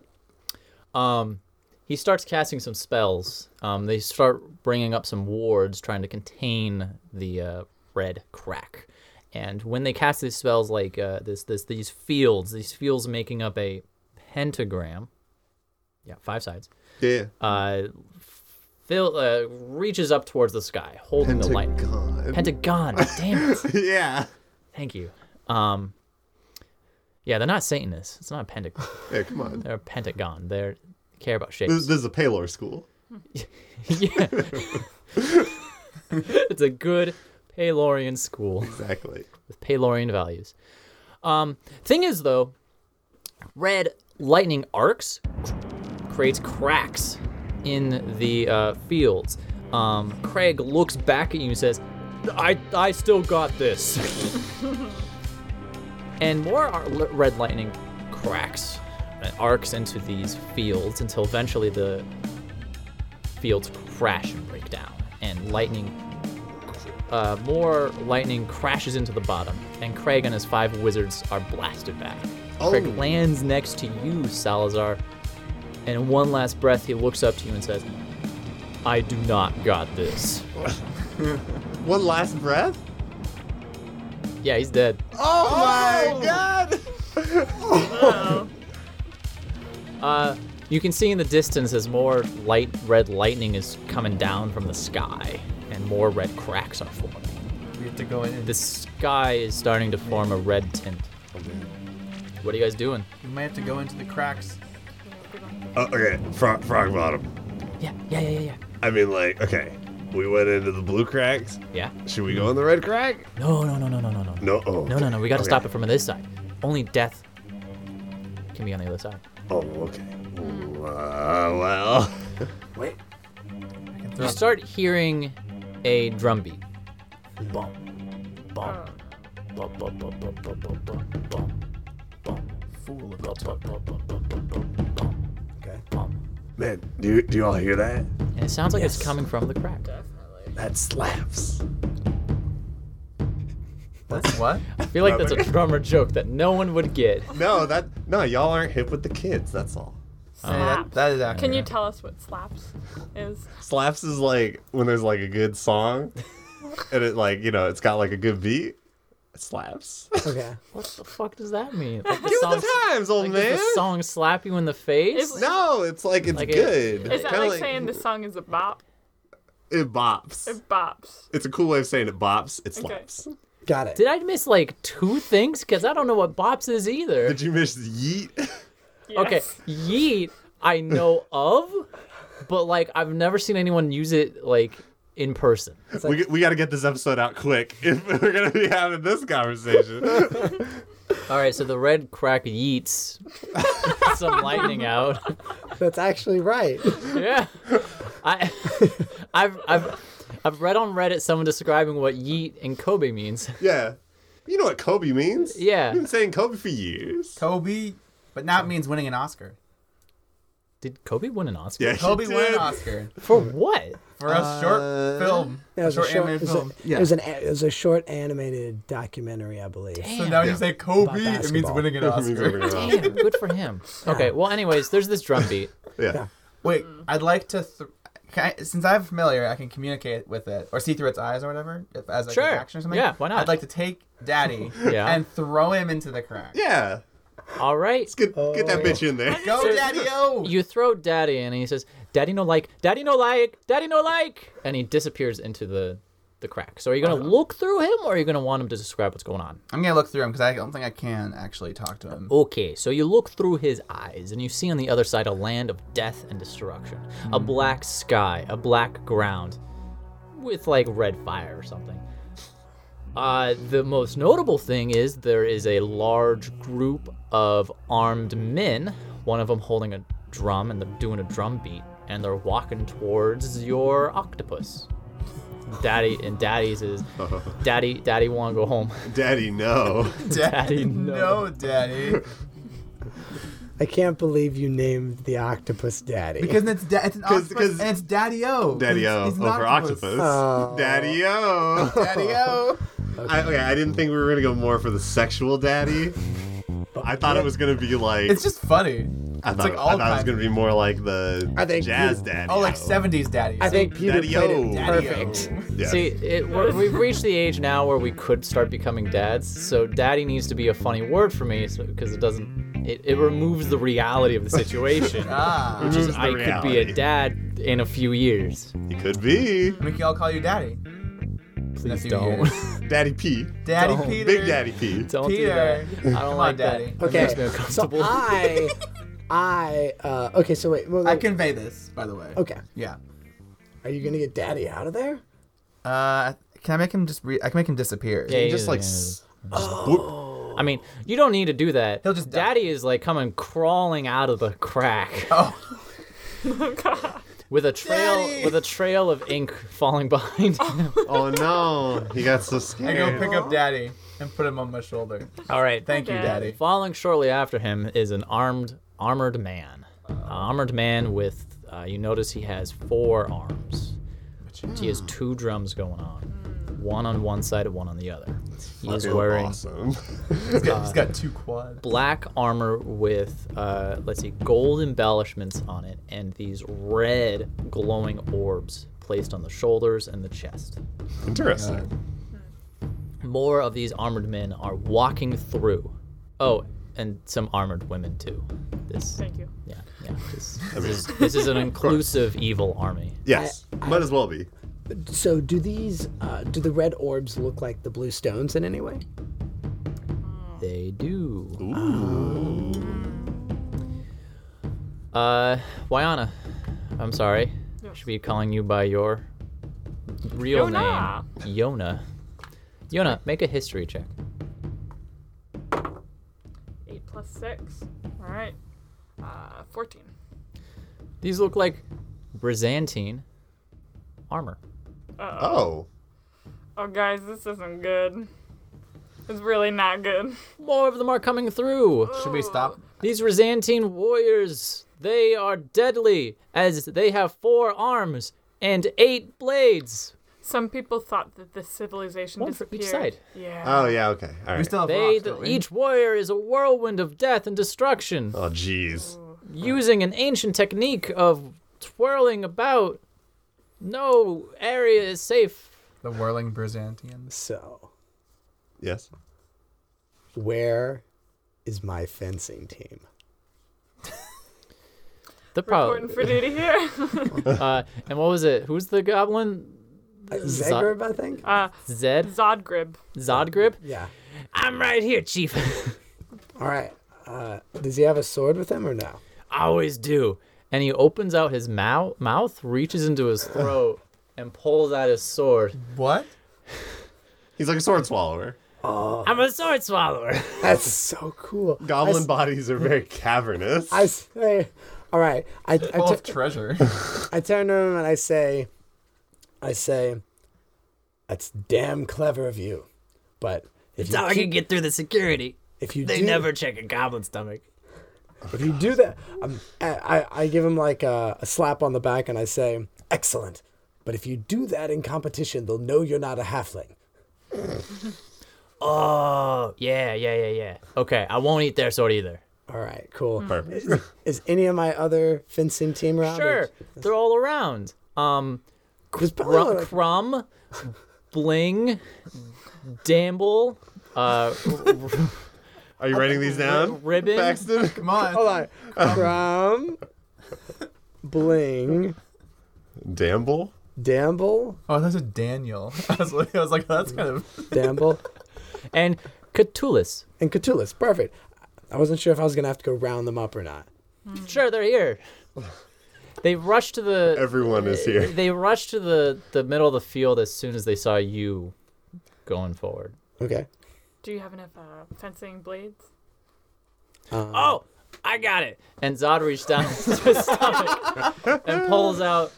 S2: Um, he starts casting some spells. Um, they start bringing up some wards, trying to contain the uh, red crack. And when they cast these spells, like uh, this, this, these fields, these fields making up a pentagram. Yeah, five sides.
S5: Yeah.
S2: Uh, fill, uh, reaches up towards the sky, holding the light. Pentagon. Damn it.
S5: yeah.
S2: Thank you. Um, yeah, they're not Satanists. It's not a pentagon.
S5: Yeah, come on.
S2: They're a pentagon. They're, they care about shapes.
S5: This, this is a Palor school.
S2: yeah. it's a good Palorian school
S5: Exactly.
S2: with Palorian values. Um, thing is, though, red lightning arcs creates cracks in the uh, fields. Um, Craig looks back at you and says, I, I still got this. and more ar- l- red lightning cracks and arcs into these fields until eventually the fields crash and break down, and lightning uh, more lightning crashes into the bottom, and Craig and his five wizards are blasted back. Craig lands next to you, Salazar, and in one last breath, he looks up to you and says, I do not got this.
S5: One last breath?
S2: Yeah, he's dead.
S5: Oh, my god!
S2: Oh. Uh, you can see in the distance as more light red lightning is coming down from the sky, and more red cracks are forming.
S7: We have to go in.
S2: The sky is starting to form a red tint. What are you guys doing?
S7: we might have to go into the cracks.
S5: Oh, okay, frog, frog bottom.
S2: Yeah, yeah, yeah, yeah,
S5: I mean, like, okay, we went into the blue cracks.
S2: yeah. Yeah?
S5: Should we go in the red crack?
S2: No, no, no, no, no, no, no.
S5: No. Oh.
S2: No, no, no. We got to
S5: Okay.
S2: stop it from this side. Only death can be on the other side.
S5: Oh, okay. Ooh, Uh, well.
S6: Wait.
S7: I can
S2: You
S7: throw
S2: start hearing a drum beat. Bum, bum, bum, bum, bum, bum, bum, bum, bum, bum, bum,
S7: fool of
S2: bum, bum, bum, bum, bum, bum, bum, bum,
S3: Okay,
S2: bum.
S5: Man, do you, do you all hear that?
S2: And it sounds like it's
S3: Yes.
S2: coming from the crack.
S5: That slaps.
S7: That's what?
S2: I feel like that's a drummer joke that no one would get.
S5: No, that no, y'all aren't hip with the kids. That's all.
S2: Oh,
S7: Hey, that, that is accurate.
S4: Can you tell us what slaps is?
S5: Slaps is like when there's like a good song, and it like you know it's got like a good beat. It slaps.
S3: okay.
S2: What the fuck does that mean? Like the
S5: Give
S2: song,
S5: it the times, old
S2: like does
S5: man.
S2: the song slap you in the face?
S4: Is-
S5: No, it's like it's
S2: Like it-
S5: good.
S4: Is that
S5: Kinda
S4: like, saying this song is a bop?
S5: It bops.
S4: It bops.
S5: It's a cool way of saying it bops. It slaps.
S3: Got it.
S2: Did I miss like two things? Because I don't know what bops is either.
S5: Did you miss yeet?
S2: Okay, yeet
S4: Yes.
S2: I know of, but like I've never seen anyone use it like in person.
S5: we, we got to get this episode out quick if we're gonna be having this conversation.
S2: All right, so the red crack yeets some lightning out.
S3: That's actually right.
S2: Yeah, I, I've I've I've read on Reddit someone describing what yeet and Kobe means.
S5: yeah, you know what Kobe means.
S2: Yeah.
S5: we've been saying Kobe for years.
S7: Kobe, but now it means winning an Oscar.
S2: Did Kobe win an Oscar?
S5: Yeah, he
S7: Kobe won an
S5: did.
S7: Oscar
S2: For what?
S7: for a short film.
S3: Yeah, it was a
S7: short,
S3: short. It
S7: animated
S3: was a,
S7: film.
S3: it was an a- it was a short animated documentary, I believe.
S7: So now
S5: Yeah.
S7: you say Kobe,
S3: About
S7: it means
S3: basketball.
S7: winning an
S5: He's over
S7: Oscar.
S5: it all.
S2: Damn, good for him. Okay, well, anyways, there's this drum beat.
S5: Yeah.
S4: Mm.
S7: Wait, I'd like to. Th- Can I, since I'm familiar, I can communicate with it or see through its eyes or whatever if, as like
S2: Sure.
S7: an action or something.
S2: Yeah, why not?
S7: I'd like to take Daddy
S2: Yeah.
S7: and throw him into the crack.
S5: Yeah.
S2: All right.
S5: Get, get that bitch in there.
S7: Go, Daddy O!
S2: You throw Daddy in, and he says, "Daddy no like, Daddy no like, Daddy no like," and he disappears into the the crack. So are you gonna look through him, or are you gonna want him to describe what's going on?
S7: I'm gonna look through him because I don't think I can actually talk to him.
S2: Okay, so you look through his eyes, and you see on the other side a land of death and destruction, a black sky, a black ground, with like red fire or something. Uh, the most notable thing is there is a large group of armed men, one of them holding a drum and they're doing a drum beat, and they're walking towards your octopus. Daddy and Daddy says, Daddy, Daddy want to go home.
S5: Daddy, no.
S2: Daddy,
S7: no, Daddy.
S3: I can't believe you named the octopus daddy.
S7: Because it's da- it's an octopus
S5: 'cause-
S7: and it's Daddy O.
S5: Daddy O
S7: It's- it's an
S5: over octopus.
S3: Oh.
S5: Daddy O.
S7: Daddy oh. O.
S5: I, okay, I didn't think we were gonna go more for the sexual daddy. I thought it was gonna be like
S7: It's just funny.
S5: I
S7: it's
S5: thought,
S7: like
S5: I
S7: all
S5: thought it was
S7: kinds.
S5: gonna be more like the
S3: I think
S5: jazz
S3: you-
S5: daddy.
S7: Oh, like 70s Daddy.
S3: I think Peter played
S5: Daddy-o.
S3: it
S7: Daddy-o.
S3: perfect.
S5: Yeah.
S2: See, it, we're, we've reached the age now where we could start becoming dads. So, daddy needs to be a funny word for me, because it doesn't. It, it removes the reality of the situation.
S7: Ah.
S5: Removes the
S2: I could be
S5: reality.
S2: a dad in a few years.
S5: He could be
S7: We can all call you Daddy.
S2: Please
S7: few
S2: don't.
S5: Daddy P,
S7: Daddy
S2: Don't.
S7: Peter.
S5: Big Daddy P.
S2: don't do
S7: Peter.
S2: that. I don't
S7: on,
S2: like
S7: Daddy.
S2: that. That
S3: Okay.
S2: makes me
S3: So
S2: uncomfortable.
S3: I, I, uh, okay. So wait, well,
S7: I convey this, by the way.
S3: Okay,
S7: Yeah.
S3: are you gonna get daddy out of there?
S7: Uh, can I make him just? Re- I can make him disappear.
S2: Yeah,
S5: Just
S2: yeah,
S5: like
S2: yeah.
S5: s-
S2: I mean, you don't need to do that.
S7: He'll just die.
S2: daddy is like coming crawling out of the crack.
S7: Oh.
S2: With a trail,
S7: Daddy!
S2: with a trail of ink falling behind him.
S5: oh no, he got so
S7: I go
S5: scared.
S7: pick up Daddy and put him on my shoulder.
S2: All right,
S7: Thank you,
S4: Dad.
S7: Daddy.
S2: Following shortly after him is an armed, armored man. An armored man with, uh, you notice he has four arms. He has two drums going on, one on one side and one on the other. He is
S5: Fucking
S2: wearing
S5: awesome.
S7: He's got, he's got two quads.
S2: black armor with, uh, let's see, gold embellishments on it and these red glowing orbs placed on the shoulders and the chest.
S5: Interesting.
S2: More of these armored men are walking through. Oh, and some armored women too. This
S4: Thank you.
S2: Yeah, yeah. This,
S5: I mean,
S2: this is an inclusive evil army.
S5: yes, might as well be.
S3: So do these, uh, do the red orbs look like the blue stones in any way?
S2: They do. Uh, Wyana, I'm sorry. Should be calling you by your real
S4: Yona.
S2: name, Yona. Yona, make a history check.
S4: Eight plus six. All right. Uh, fourteen.
S2: These look like Byzantine armor.
S5: Oh,
S4: Oh, guys, this isn't good. It's really not good.
S2: More of them are coming through.
S7: Should we stop?
S2: These Byzantine warriors, they are deadly, as they have four arms and eight blades.
S4: Some people thought that this civilization
S2: One for
S4: disappeared.
S2: each side.
S4: Yeah.
S5: oh yeah, okay, all
S7: We
S5: right.
S7: still have
S2: They,
S7: rocks, don't we?
S2: each warrior is a whirlwind of death and destruction,
S5: Oh jeez.
S2: using an ancient technique of twirling about. No area is safe.
S7: The whirling Byzantians.
S3: So
S5: Yes.
S3: where is my fencing team?
S2: The
S4: Important
S2: problem.
S4: for duty here.
S2: Uh, and what was it? Who's the goblin?
S3: Uh, Zagreb, I think.
S4: Uh,
S2: Zed?
S4: Zodgrib.
S2: Zodgrip?
S3: Yeah.
S2: I'm right here, chief.
S3: All right. Uh, does he have a sword with him or no?
S2: always do. And he opens out his mou- mouth, reaches into his throat, and pulls out his sword.
S7: What?
S5: He's like a sword swallower.
S2: I'm a sword swallower.
S3: That's so cool.
S5: Goblin
S3: I,
S5: bodies are very cavernous.
S3: I say, all right. I, I,
S7: Full
S3: tu-
S7: of treasure.
S3: I turn to him and I say, I say, that's damn clever of you, but if you keep,
S2: get through the security.
S3: if you do,
S2: check a goblin stomach.
S3: if you do that, um, I, I I give him like a, a slap on the back and I say, excellent. But if you do that in competition, they'll know you're not a halfling.
S2: Oh, yeah, yeah, yeah, yeah. Okay, I won't eat their sword either.
S3: All
S5: Mm.
S3: right, cool.
S5: Perfect.
S3: Is any of my other fencing team around? or-
S2: Sure, they're all around. Um,
S3: There's probably
S2: Crum,
S3: like-
S2: Crumb, Bling, Damble, uh,
S5: Are you writing these down?
S2: Ribbon?
S5: Paxton?
S7: Come on.
S3: Hold on. Crumb, Bling,
S5: Damble?
S3: Damble,
S7: Oh, that's a Daniel. I was, like- I was like, oh, that's kind of.
S3: Damble,
S2: and Catullus.
S3: and Catullus. Perfect. I wasn't sure if I was gonna have to go round them up or not.
S2: Sure, they're here. They rushed to the.
S5: Everyone is here.
S2: They rushed to the the middle of the field as soon as they saw you going forward.
S3: Okay.
S4: Do you have enough uh, fencing blades?
S3: Um,
S2: Oh, I got it. And Zod reached down to his stomach and pulls out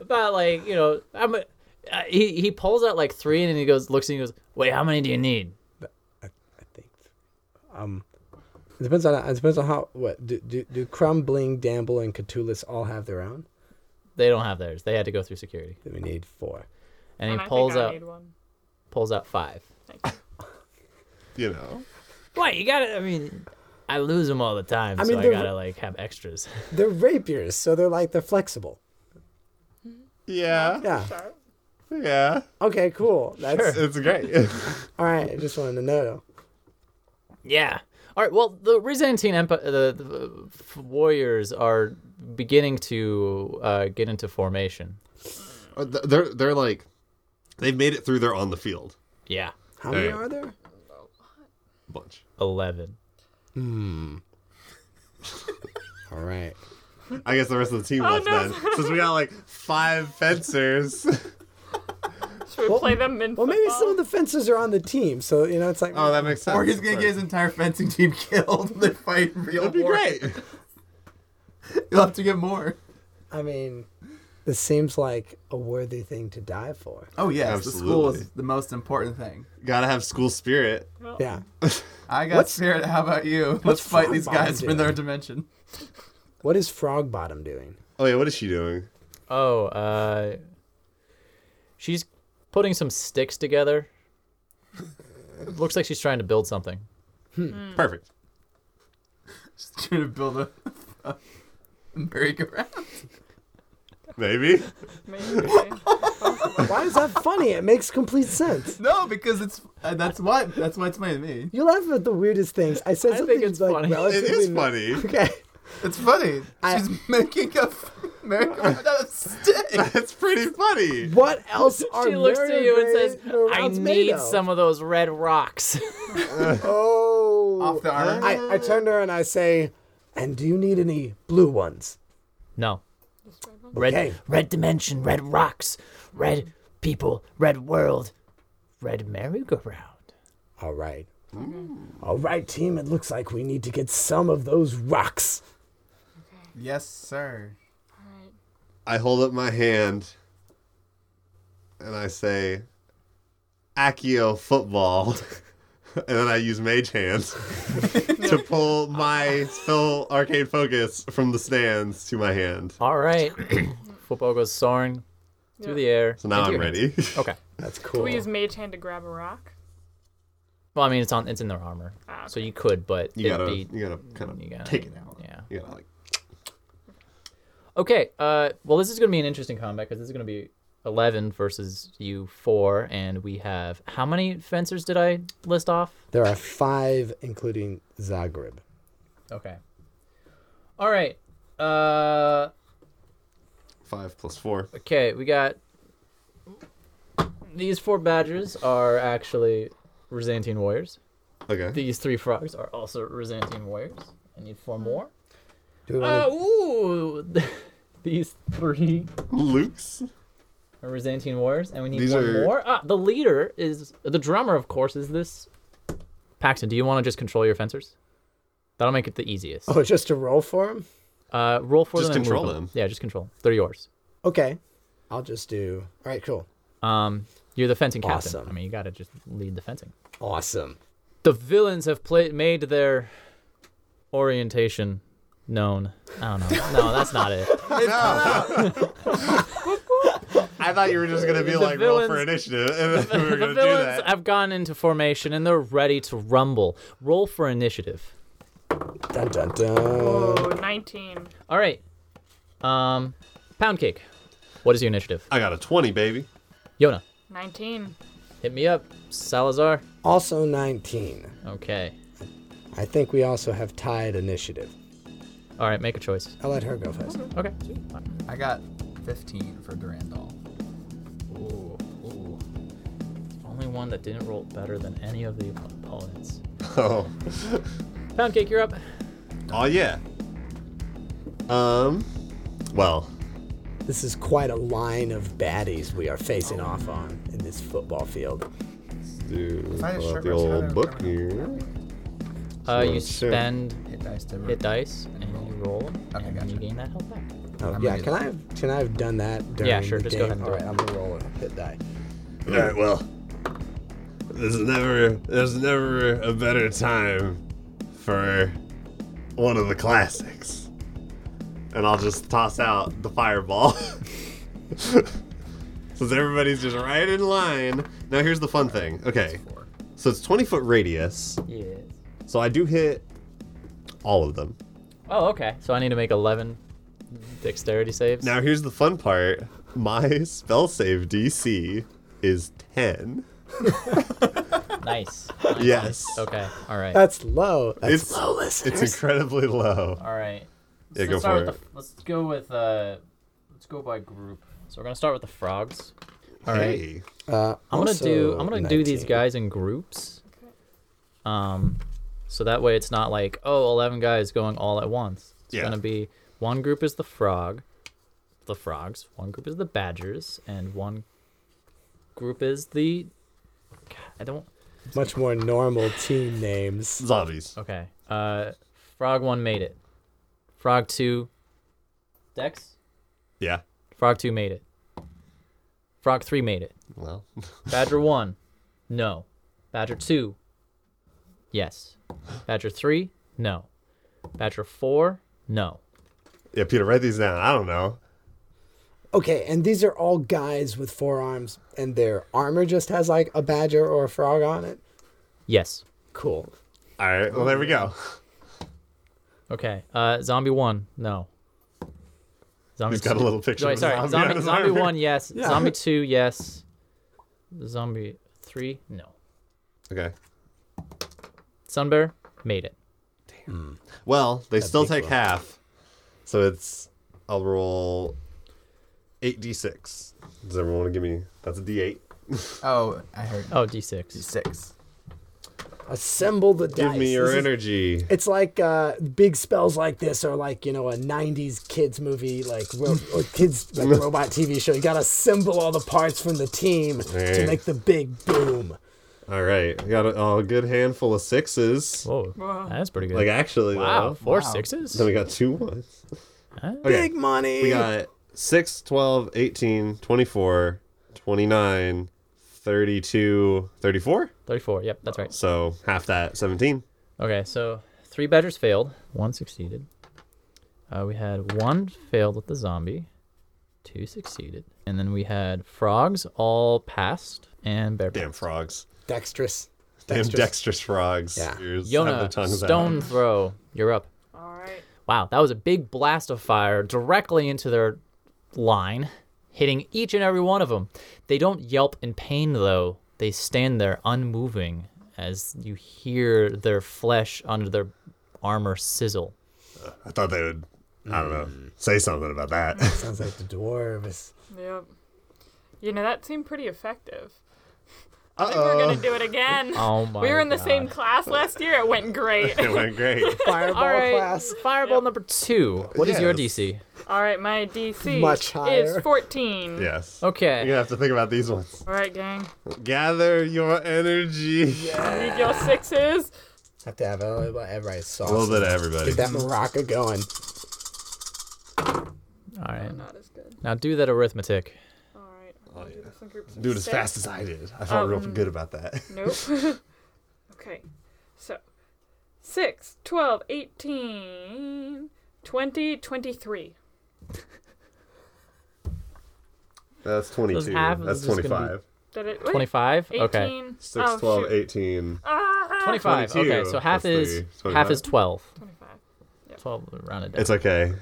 S2: about like you know I'm. A, uh, he he pulls out like three and then he goes looks and he goes wait how many do you need
S3: I think. Um, it depends on it depends on how what do do, do Crumb, Bling, Damble, and Catullus all have their own?
S2: they don't have theirs they had to go through security
S3: Then we need four.
S2: and he
S4: and I
S2: pulls
S4: think I
S2: out
S4: need one.
S2: pulls out five
S4: Thank you.
S5: You know.
S2: wait you gotta I mean I lose them all the time
S3: I
S2: so
S3: mean,
S2: I
S3: they're-
S2: gotta like have extras
S3: They're rapiers, so they're like they're flexible.
S5: Yeah.
S3: Yeah.
S4: Sharp.
S5: Yeah.
S3: Okay. Cool. That's
S5: It's great.
S3: all right. I just wanted to know.
S2: Yeah. All right. Well, the Byzantine Empire, the, the f- warriors are beginning to uh, get into formation.
S5: Uh, th- they're they're like they've made it through they're on the field
S2: Yeah.
S3: How many
S5: Hey.
S3: are there?
S5: a bunch
S2: Eleven.
S3: All right.
S5: i guess the rest of the team left
S4: no.
S5: then since we got like five fencers
S4: Should we play them in
S3: Well, maybe
S4: football?
S3: some of the fences are on the team, so you know it's like.
S5: oh that makes sense
S7: Or he's gonna get his entire fencing team killed. and They fight in real
S5: that'd be
S7: war.
S5: great
S7: You'll have to get more.
S3: I mean, this seems like a worthy thing to die for.
S7: Oh yes,
S5: Absolutely.
S7: the school is the most important thing.
S5: gotta have school spirit
S4: Well,
S3: Yeah.
S7: I got
S3: What's-
S7: spirit. How about you? Let's
S3: what's
S7: fight these
S3: Frog Bottom
S7: guys from their
S3: doing?
S7: dimension.
S3: What is Frog Bottom doing?
S5: oh yeah what is she doing
S2: Oh. Uh, she's putting some sticks together. Looks like she's trying to build something. Hmm.
S5: perfect
S7: Just trying to build a, a merry-go-round.
S5: maybe
S4: Maybe.
S3: Why is that funny? It makes complete sense.
S7: No, because it's uh, that's why that's why it's funny to me.
S3: You laugh at the weirdest things. I said
S2: I
S3: something
S2: think it's
S3: like
S2: funny. It
S5: it
S3: relatively
S5: is
S3: no-
S5: funny
S3: Okay.
S7: It's funny.
S3: I-
S7: She's making a f- merry-go-round out of sticks.
S5: it's pretty funny
S3: What else are
S2: She looks at you and says, "I
S3: merry-go-rounds made
S2: need
S3: of?"
S2: some of those red rocks."
S3: Oh.
S7: Off the armor.
S3: I, I turn to her and I say, "And do you need any blue ones?"
S2: no. Red.
S3: Okay.
S2: Red dimension. Red rocks. Red people. Red world. Red merry-go-round.
S3: All right.
S5: Mm.
S3: All right, team. It looks like we need to get some of those rocks.
S7: yes, sir.
S4: Alright.
S5: i hold up my hand and i say accio football and then i use mage hands to pull my spell arcade focus from the stands to my hand
S2: All right. Football goes soaring through
S4: Yeah.
S2: the air.
S5: So now
S2: into
S5: I'm
S2: your hands.
S5: ready.
S2: Okay.
S3: That's
S4: Can
S3: cool.
S4: we use mage hand to grab a rock?
S2: Well, I mean, it's on. It's in their armor,
S4: Ah,
S2: so you could, but
S5: you gotta,
S2: it'd be,
S5: you gotta kind of
S2: you gotta-
S5: take it out.
S2: Yeah.
S5: You gotta like,
S2: Okay. Uh, well, this is gonna be an interesting combat because this is gonna be eleven versus you four, and we have how many fencers did I list off?
S3: There are five, including Zagreb.
S2: Okay. All right. Uh,
S5: five plus four.
S2: okay. We got these four badgers are actually Byzantine warriors.
S5: Okay.
S2: These three frogs are also Byzantine warriors. I need four more.
S3: Do we
S2: Uh,
S3: want
S2: ooh, these three
S5: Luke's.
S2: are Byzantine warriors, and we need
S5: These
S2: one
S5: are-
S2: more. Ah, the leader is the drummer, of course. Is this Paxton? Do you want to just control your fencers? That'll make it the easiest.
S3: oh, just to roll for him?
S2: Uh, roll for
S5: Just
S2: them. and move
S5: control
S2: them.
S5: them.
S2: Yeah, just control. They're yours.
S3: Okay. I'll just do. All right, cool.
S2: Um, you're the fencing captain.
S3: Awesome.
S2: I mean, you gotta just lead the fencing.
S3: Awesome.
S2: The villains have played made their orientation known. I don't know. No, that's not it.
S5: I thought you were just gonna be
S2: The
S5: like roll for
S2: villains-
S5: initiative, and then we were
S2: The
S5: gonna do
S2: villains
S5: that.
S2: have gone into formation and they're ready to rumble. Roll for initiative.
S3: Dun dun dun.
S4: Oh, 19.
S2: All right. Um, pound cake. What is your initiative?
S5: I got a 20, baby.
S2: Yona,
S4: 19.
S2: hit me up. Salazar.
S3: Also 19.
S2: Okay.
S3: I think we also have tied initiative.
S2: All right, make a choice.
S3: I'll let her go first.
S2: Okay.
S7: I got 15 for Durandal.
S2: Ooh, ooh. Only one that didn't roll better than any of the opponents.
S5: Oh,
S2: Pound cake, you're up.
S5: oh yeah. Um, well,
S3: This is quite a line of baddies we are facing off on in this football field.
S5: dude, pull
S7: I
S5: out
S7: sharp
S5: the
S7: as hell,
S5: old book
S7: I'm
S5: here.
S2: Uh, you
S5: Sure.
S2: spend
S7: Hit dice to
S2: hit dice and
S7: roll.
S2: you roll,
S7: Okay,
S2: and you
S7: gotcha.
S2: gain that health back.
S3: Oh,
S7: I'm
S3: yeah,
S7: gonna-
S3: can I have, can I have done that during
S2: sure,
S3: the
S2: just go ahead
S3: game?
S2: and do
S3: All right,
S2: it.
S3: I'm gonna roll a hit die.
S5: All right, well, there's never there's never a better time for one of the classics, and I'll just toss out the fireball. Since everybody's just right in line. Now here's the fun thing. Okay, so it's 20 foot radius,
S2: Yes.
S5: so I do hit all of them.
S2: Oh, okay. So I need to make 11 dexterity saves.
S5: Now here's the fun part. My spell save DC is 10.
S2: Nice. nice.
S5: Yes. Uh,
S2: Okay. All right.
S3: That's low. That's
S5: It's-
S3: low, listeners.
S5: It's incredibly low.
S2: All right.
S5: Yeah, go for it.
S2: with the, let's go with uh, let's go by group. So we're gonna start with the frogs. All right.
S5: Hey.
S3: uh,
S2: I'm gonna do
S3: also
S2: I'm gonna do these
S3: 19.
S2: guys in groups. Um, so that way it's not like oh 11 guys going all at once. It's
S5: Yeah.
S2: gonna be one group is the frog, the frogs. One group is the badgers, and one group is the. God, I don't.
S3: Much more normal team names.
S5: Zombies.
S2: Okay. Uh, frog one made it. Frog two. Dex.
S5: Yeah.
S2: Frog two made it. Frog three made it.
S5: Well.
S2: Badger one, no. Badger two, yes. Badger three, no. Badger four, no.
S5: Yeah, Peter, write these down. I don't know.
S3: Okay, and these are all guys with forearms, and their armor just has like a badger or a frog on it.
S2: Yes.
S3: Cool.
S5: All right. Well, there we go.
S2: Okay. Uh, zombie one, no. Zombie
S5: He's got a
S2: two-
S5: little picture.
S2: Sorry,
S5: of
S2: sorry.
S5: a zombie on
S2: Zombie,
S5: his
S2: zombie
S5: arm.
S2: one, yes. Zombie two, yes. Zombie three, no.
S5: Okay.
S2: Sunbear made it.
S5: Well, they still
S3: big
S5: take
S3: one.
S5: half, so it's I'll roll eight d six. Does everyone want to give me? That's a d eight.
S7: Oh, I heard
S2: Oh, D6.
S7: six.
S3: Assemble the
S5: Give
S3: dice.
S5: me your
S3: This is-
S5: energy.
S3: It's like uh, big spells like this are like you know a '90s kids movie like ro- or kids like robot TV show. You gotta assemble all the parts from the team to
S5: Right.
S3: make the big boom.
S5: All right, we got a, a good handful of sixes.
S2: Whoa. That's pretty good.
S5: Like actually,
S2: wow.
S5: wow.
S2: Four
S7: Wow.
S2: sixes?
S5: Then we got two ones. Okay.
S3: Big money.
S5: We got 6, 12, 18, 24, 29, 32, 34.
S2: 34. Yep, that's right.
S5: So half that, 17.
S2: Okay, so three badgers failed, one succeeded. Uh, we had one failed with the zombie, two succeeded, and then we had frogs all passed and bear.
S5: Damn frogs.
S3: dexterous.
S5: Damn
S3: Dexterous.
S5: dexterous frogs.
S3: Yeah.
S5: Yours have their
S2: Yona,
S5: tongues out.
S2: stone throw. You're up.
S4: All right.
S2: Wow, that was a big blast of fire directly into their line, hitting each and every one of them. They don't yelp in pain, though. They stand there unmoving as you hear their flesh under their armor sizzle.
S5: I thought they would, I don't know, say something about that.
S3: Sounds like the dwarves.
S4: Yep. You know, that seemed pretty effective. I think we're
S5: Uh
S4: going to do it again.
S2: Oh my
S4: we were in the same
S2: God.
S4: class last year. It went great.
S5: It went great.
S3: Fireball
S2: All right,
S3: class.
S2: Fireball number two. What is your
S5: Yes.
S2: DC?
S4: All right, my DC
S3: Much
S4: is
S3: higher.
S4: 14.
S5: Yes. You're going to
S2: Okay.
S5: have to think about these ones.
S4: All right, gang.
S5: Gather your energy.
S4: Need your sixes.
S3: Have to have everybody's sauce.
S5: A little bit of everybody.
S3: Get that maraca going.
S2: All right.
S4: Not as good.
S2: Now do that arithmetic.
S4: All right.
S2: Oh,
S4: I'll do this in groups of
S5: Do it as
S4: six.
S5: fast as I did. I felt real
S2: Um,
S5: good about that.
S4: Nope. okay. So 6, 12, 18, 20, 23.
S5: That's 22.
S2: half of
S5: That's
S2: this is gonna be-
S5: 25.
S4: Did it? wait,
S2: 25?
S4: 18.
S2: Okay.
S5: 6,
S4: oh,
S5: 12,
S4: shoot.
S5: 18.
S4: Ah,
S2: 25. Okay,
S5: 22
S2: so half
S5: plus
S2: is
S5: three, 25.
S2: half is 12.
S4: 25.
S2: 12 rounded down.
S5: It's okay.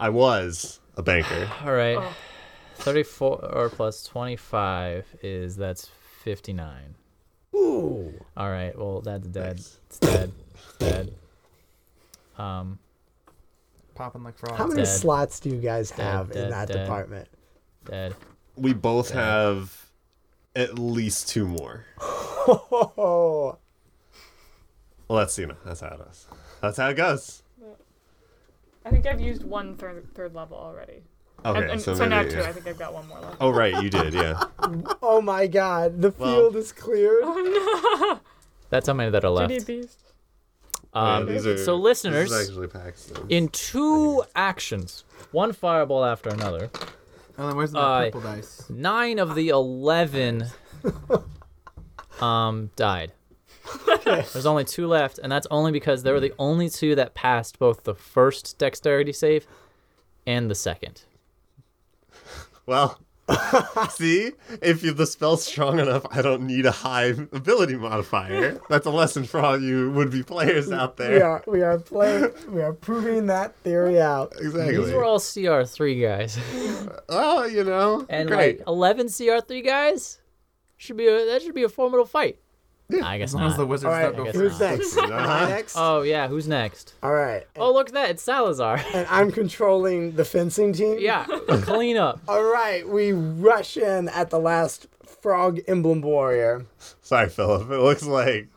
S5: I was a banker.
S2: All right. 34 or plus 25 is that's 59.
S3: Ooh.
S2: All right. Well, that's dead. It's dead. It's dead. Um,
S7: Popping like frogs.
S3: How many
S2: Dead.
S3: slots do you guys have in
S2: dead,
S3: that
S2: dead.
S3: department?
S2: dead.
S5: We both have at least two more.
S3: Oh,
S5: Well, that's you know that's how it is. That's how it goes.
S4: I think I've used one third, third level already.
S5: Okay,
S4: and, and,
S5: so,
S4: so,
S5: maybe,
S4: now two.
S5: yeah.
S4: I think I've got one more left.
S5: Oh right, you did, yeah.
S3: oh my God! The
S5: Well-
S3: field is
S2: Oh,
S3: cleared.
S2: That's how many that are left.
S4: Pretty beast.
S5: Yeah,
S2: Um,
S5: these are-
S2: so listeners,
S5: this is actually Paxton.
S2: in two actions, one fireball after another,
S7: And then where's the
S2: Uh,
S7: purple dice?
S2: nine of the eleven um died. There's only two left, and that's only because they were the only two that passed both the first dexterity save and the second.
S5: Well, see, if you, the spell's strong enough, I don't need a high ability modifier. That's a lesson for all you would-be players out there.
S3: We are we are playing. we are proving that theory out.
S5: Exactly.
S2: These were all CR three guys,
S5: oh, you know,
S2: and
S5: great.
S2: like eleven CR three guys should be a, that should be a formidable fight. I guess
S7: As long
S2: not.
S7: as the wizards
S3: All right,
S7: don't go
S2: guess
S7: first.
S3: who's next? Am I
S5: Uh-huh.
S3: next?
S2: oh yeah, who's next?
S3: All right.
S2: Oh look at that, it's Salazar.
S3: And I'm controlling the fencing team.
S2: yeah, clean up.
S3: All right, we rush in at the last frog emblem warrior.
S5: Sorry, Philip. It looks like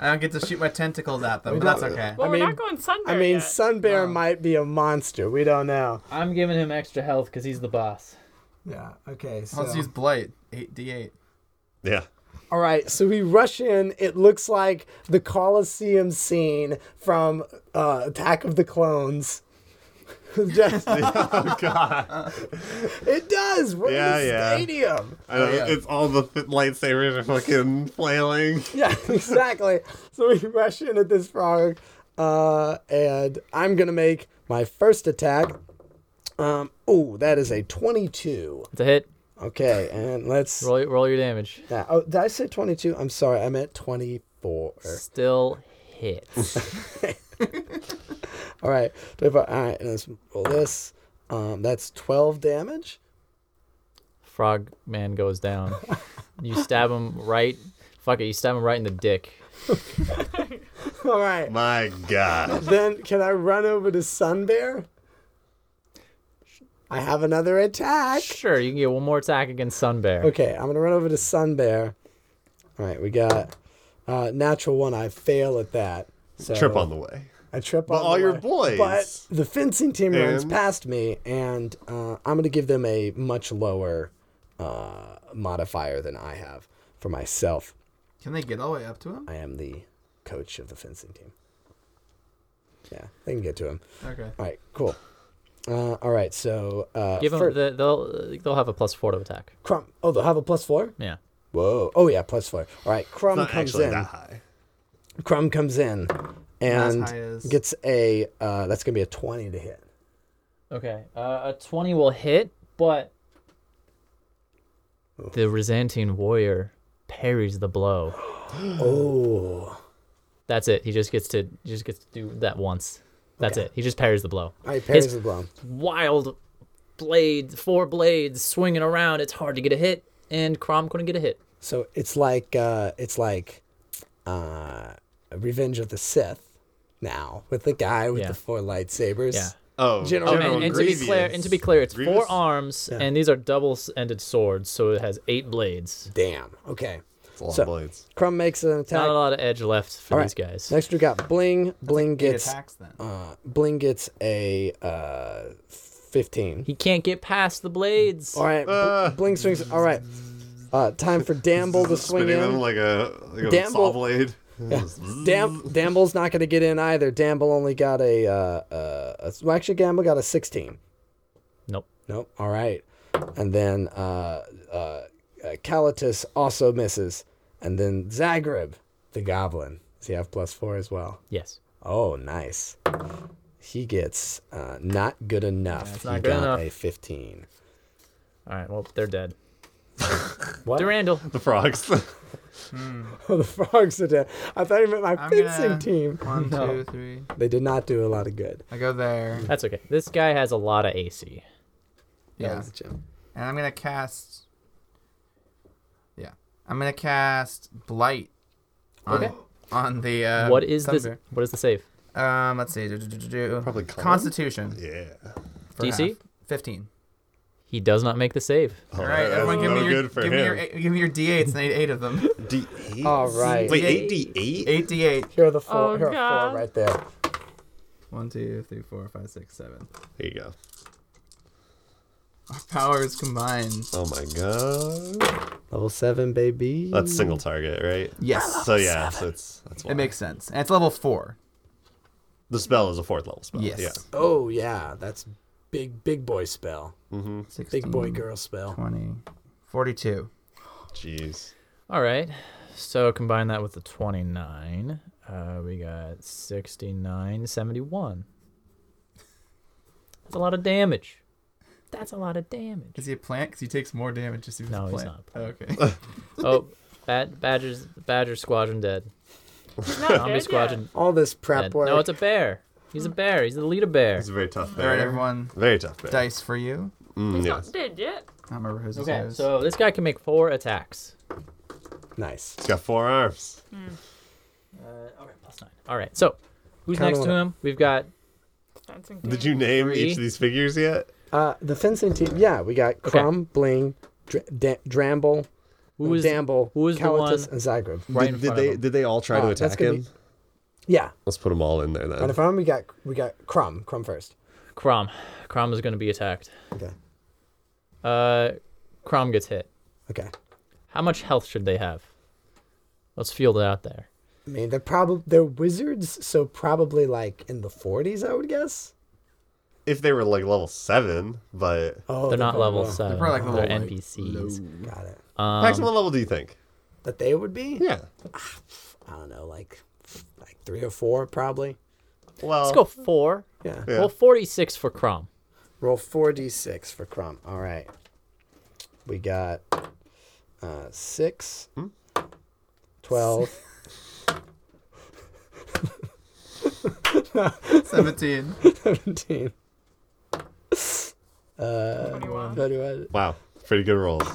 S7: I don't get to shoot my tentacles at them, but that's okay.
S4: Well, we're
S3: mean-
S4: not going Sunday.
S3: I mean,
S4: yet.
S3: Sun Bear might be a monster. We don't know.
S2: I'm giving him extra health because he's the boss.
S3: Yeah. Okay. So.
S7: Let's use blight. Eight d eight.
S5: yeah.
S3: All right. So we rush in. It looks like the Colosseum scene from uh, Attack of the Clones. Just,
S5: Oh God.
S3: it does. We're
S5: Yeah,
S3: in a
S5: yeah.
S3: stadium.
S5: I know,
S7: yeah.
S5: It's all the th- lightsabers are fucking flailing.
S3: Yeah, exactly. so we rush in at this frog, uh, and I'm gonna make my first attack. Um, oh, that is a 22.
S2: It's a hit.
S3: Okay, and let's.
S2: Roll, roll your damage.
S3: Yeah, oh, did I say 22? I'm sorry, I meant 24.
S2: Still hits.
S3: All right, 24. All right, and let's roll this. Um, that's 12 damage.
S2: Frog man goes down. You stab him right. Fuck it. You stab him right in the dick.
S3: All right.
S5: My God.
S3: then can I run over to Sun Bear? I have another attack.
S2: Sure, you can get one more attack against Sun Bear.
S3: Okay, I'm gonna run over to Sun Bear. All right, we got uh, natural one. I fail at that. So
S5: Trip on the way.
S3: I trip
S5: But
S3: on
S5: all
S3: the
S5: your
S3: way.
S5: boys.
S3: But the fencing team runs
S5: And-
S3: past me, and uh, I'm gonna give them a much lower uh, modifier than I have for myself.
S7: Can they get all the way up to him?
S3: I am the coach of the fencing team. Yeah, they can get to him.
S7: Okay.
S3: All right, cool. Uh, all right, so uh,
S2: Give him
S3: fir-
S2: the, they'll they'll have a plus four to attack.
S3: Crumb. Oh, they'll have a plus four.
S2: Yeah.
S3: Whoa. Oh yeah, plus four. All right, Crumb
S5: Not
S3: comes
S5: actually
S3: in.
S5: that high.
S3: Crumb comes in and
S7: high as-
S3: gets a uh, that's gonna be a twenty to hit.
S2: Okay. Uh, a twenty will hit, but the Byzantine warrior parries the blow.
S3: Oh,
S2: That's it. He just gets to he just gets to do that once. That's it. He just parries the blow.
S3: all right, parries
S2: His
S3: the blow.
S2: wild blade, four blades swinging around. It's hard to get a hit, and Crom couldn't get a hit.
S3: So it's like uh, it's like uh, Revenge of the Sith now with the guy with
S2: Yeah.
S3: the four lightsabers.
S2: Yeah.
S5: Oh,
S3: General-
S5: oh,
S3: And-
S5: no,
S2: and, and to be clear,
S5: Grievous.
S2: and to be clear, it's
S5: Grievous?
S2: four arms, and these are double-ended swords, so it has eight blades.
S3: Damn. Okay.
S5: It's a lot
S3: So-
S5: of blades.
S3: Crumb makes an attack.
S2: Not a lot of edge left for
S3: All
S2: these
S3: right.
S2: guys.
S3: Next we got Bling. Bling
S7: Eight
S3: gets
S7: attacks then.
S3: uh, Bling gets a uh, fifteen.
S2: He can't get past the blades.
S3: All right. Bl- Bling swings. All right. Uh, time for Damble to swing
S5: Spinning them
S3: in.
S5: like a like a
S3: Damble-
S5: saw blade.
S3: Dam- Damble's not going to get in either. Damble only got a, uh, uh, a- well, actually, Gamble got a 16.
S2: Nope.
S3: Nope. All right. And then uh, uh, uh, Calatus also misses. And then Zagreb, the goblin. Does he have plus four as well?
S2: Yes.
S3: Oh, nice. He gets uh, not good enough.
S2: it's not
S3: he
S2: good
S3: got
S2: enough.
S3: a 15.
S2: All right. Well, they're dead.
S3: What?
S2: Durandal.
S5: The frogs.
S3: Oh, the frogs are dead. I thought you meant my
S7: I'm
S3: fencing
S7: gonna-
S3: team.
S7: One,
S2: No.
S7: two, three.
S3: They did not do a lot of good.
S7: I go there.
S2: That's okay. This guy has a lot of AC.
S7: Yeah.
S3: That was a gem.
S7: and I'm gonna cast. Yeah, I'm gonna cast blight. On,
S2: Okay.
S7: On the uh,
S2: what is this?
S7: thunder.
S2: What is the save?
S7: Um, let's see. Do, do, do, do, do.
S5: Probably con?
S7: Constitution.
S5: Yeah.
S7: for
S2: DC?
S7: half. Fifteen.
S2: He does not make the save.
S7: All right,
S5: that's
S7: everyone, give
S5: no
S7: me your
S5: good for
S7: give me your
S5: him.
S7: eight- give me your d8s. and I need eight of them.
S5: D8.
S3: All right.
S5: Wait, 8d8?
S7: Eight d8.
S3: Here are the four.
S4: Oh,
S3: here are
S4: God.
S3: four right there.
S7: One, two, three, four, five, six, seven.
S5: There you go.
S7: Our powers combined.
S5: Oh my god.
S3: Level seven, baby.
S5: That's single target, right?
S7: Yes,
S5: So yeah, so it's that's why.
S7: it makes sense. And it's level four.
S5: the spell is a fourth level spell.
S7: Yes.
S5: Yeah.
S3: Oh yeah, that's big big boy spell. Big
S7: 16,
S3: boy
S2: Mm.
S3: girl spell.
S7: 20, 42.
S5: Jeez.
S2: All right. So combine that with the 29. Uh, we got 69, 71. That's a lot of damage. That's a lot of damage.
S7: Is he a plant? Because he takes more damage just if
S2: No, he's
S7: he's a plant.
S2: not
S7: okay.
S2: Oh, Bad- Badger's Badger Squadron dead.
S4: He's not
S2: Zombie
S4: dead yet.
S2: Squadron
S3: All this prep
S2: dead.
S3: work.
S2: No, it's a bear. He's a bear. He's the leader bear.
S5: It's a very tough
S7: All right,
S5: bear.
S7: everyone.
S5: Very tough bear.
S7: Dice for you.
S5: Mm,
S4: He's
S5: yes.
S4: not dead yet.
S7: I don't remember whose this
S2: Okay,
S7: is.
S2: so this guy can make four attacks.
S3: nice.
S5: It's got four arms.
S2: Uh, okay, plus nine. All right, so who's
S3: Kinda
S2: next to
S3: wanna-
S2: him? We've got
S4: That's
S5: Did you name each of
S2: Three.
S5: these figures yet?
S3: Uh, the fencing team. Yeah, we got Crumb, Bling, Dr- da- Dramble,
S2: who is
S3: Damble,
S2: who is the
S3: Calatus,
S2: one-
S3: and Zygrib.
S2: right in front
S5: did did they
S2: of Ah, him.
S5: did they all try to
S3: Oh, that's
S5: attack
S3: gonna
S5: him?
S3: be- Yeah,
S5: Let's put them all in there
S3: and
S5: then.
S3: if I'm we got we got Crumb. Crumb first.
S2: Crom. Crom is going to be attacked.
S3: Okay.
S2: Uh, Crom gets hit.
S3: Okay.
S2: How much health should they have? Let's field it out there.
S3: I mean, they're probably they're wizards, so probably like in the 40s, I would guess.
S5: If they were like level seven, but
S3: Oh,
S2: They're not level
S3: seven.
S2: seven. They're,
S7: probably like level, like,
S2: NPCs.
S3: Got it.
S2: Um,
S5: maximum level do you think?
S3: That they would be.
S5: Yeah.
S3: I don't know, like like three or four probably.
S5: Well,
S2: Let's go four.
S3: Yeah.
S5: Yeah.
S2: Well, forty-six for Crom.
S3: Roll four d six for Crumb. All right. We got uh, six,
S5: Hmm?
S3: twelve,
S7: 17.
S3: 17.
S4: Twenty-one.
S3: What do I-
S5: Wow, pretty good rolls.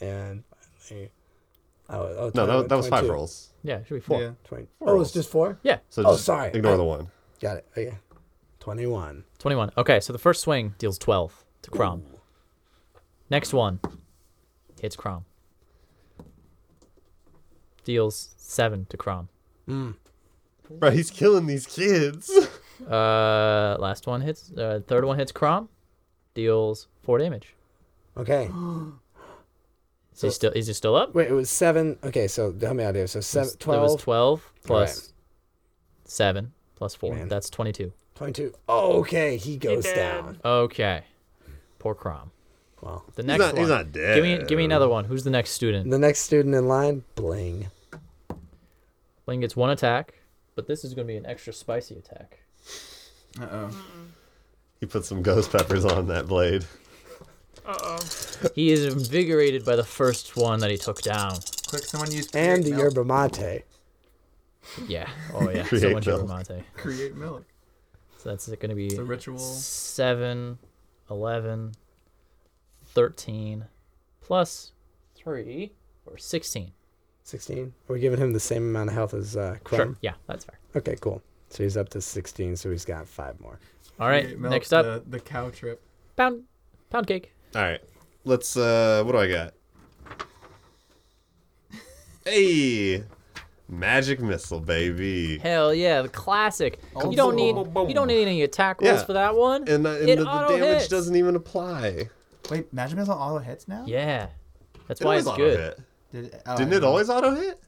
S3: And finally, oh, oh,
S5: No, that, that was five
S3: 22.
S5: rolls.
S2: Yeah, it should be four.
S7: Yeah.
S3: 20.
S5: Four
S3: Oh, it's
S5: rolls.
S3: just four.
S2: Yeah,
S5: So
S3: Oh,
S5: just
S3: sorry.
S5: Ignore
S3: I-
S5: the one.
S3: Got it. Okay. Twenty-one.
S2: twenty-one. Okay, so the first swing deals twelve to Crom. Next one hits Crom. Deals seven to Crom.
S5: Bro, he's killing these kids.
S2: Uh, last one hits. Uh, third one hits Crom. Deals four damage.
S3: Okay.
S2: Is he still? Is he still up?
S3: Wait, it was seven. Okay, so how many out here? So seven,
S2: It was
S3: 12,
S2: twelve plus
S3: Alright.
S2: seven plus four.
S3: Man.
S2: That's twenty-two.
S3: 22. Oh, okay. He goes
S4: did.
S3: down.
S2: Okay. Poor Crom.
S3: Well,
S2: The
S5: he's,
S2: next
S5: not,
S2: one.
S5: he's not dead.
S2: Give me give me another one. Who's the next student?
S3: the next student in line, Bling.
S2: Bling gets one attack, but this is going to be an extra spicy attack.
S7: Uh oh.
S5: He put some ghost peppers on that blade.
S4: Uh oh.
S2: He is invigorated by the first one that he took down.
S7: Quick, someone use create
S3: And the
S7: milk.
S3: yerba mate.
S2: Yeah. Oh yeah. so
S5: Create
S2: much
S5: milk.
S2: Yeromate.
S7: Create milk.
S2: So that's going to be
S7: The ritual.
S2: 7 11 13 plus 3 or 16.
S3: 16. We're giving him the same amount of health as uh, Crumb.
S2: Sure. Yeah, that's fair.
S3: Okay, cool. So he's up to 16, so he's got five more.
S2: All right.
S7: Create milk,
S2: Next up,
S7: The, the cow trip.
S2: pound pound cake.
S5: All right, let's. uh What do I got? Hey, magic missile, baby.
S2: Hell yeah, the classic. You don't need you don't need any attack rolls
S5: Yeah.
S2: for that one.
S5: And, uh, and
S2: It
S5: the, the
S2: auto
S5: damage
S2: hits.
S5: doesn't even apply.
S7: Wait, Magic Missile auto hits now?
S2: Yeah. That's
S5: It
S2: why
S5: always
S2: it's
S5: auto
S2: good.
S5: hit.
S7: Did, oh,
S5: Didn't
S7: I
S5: it always auto hit?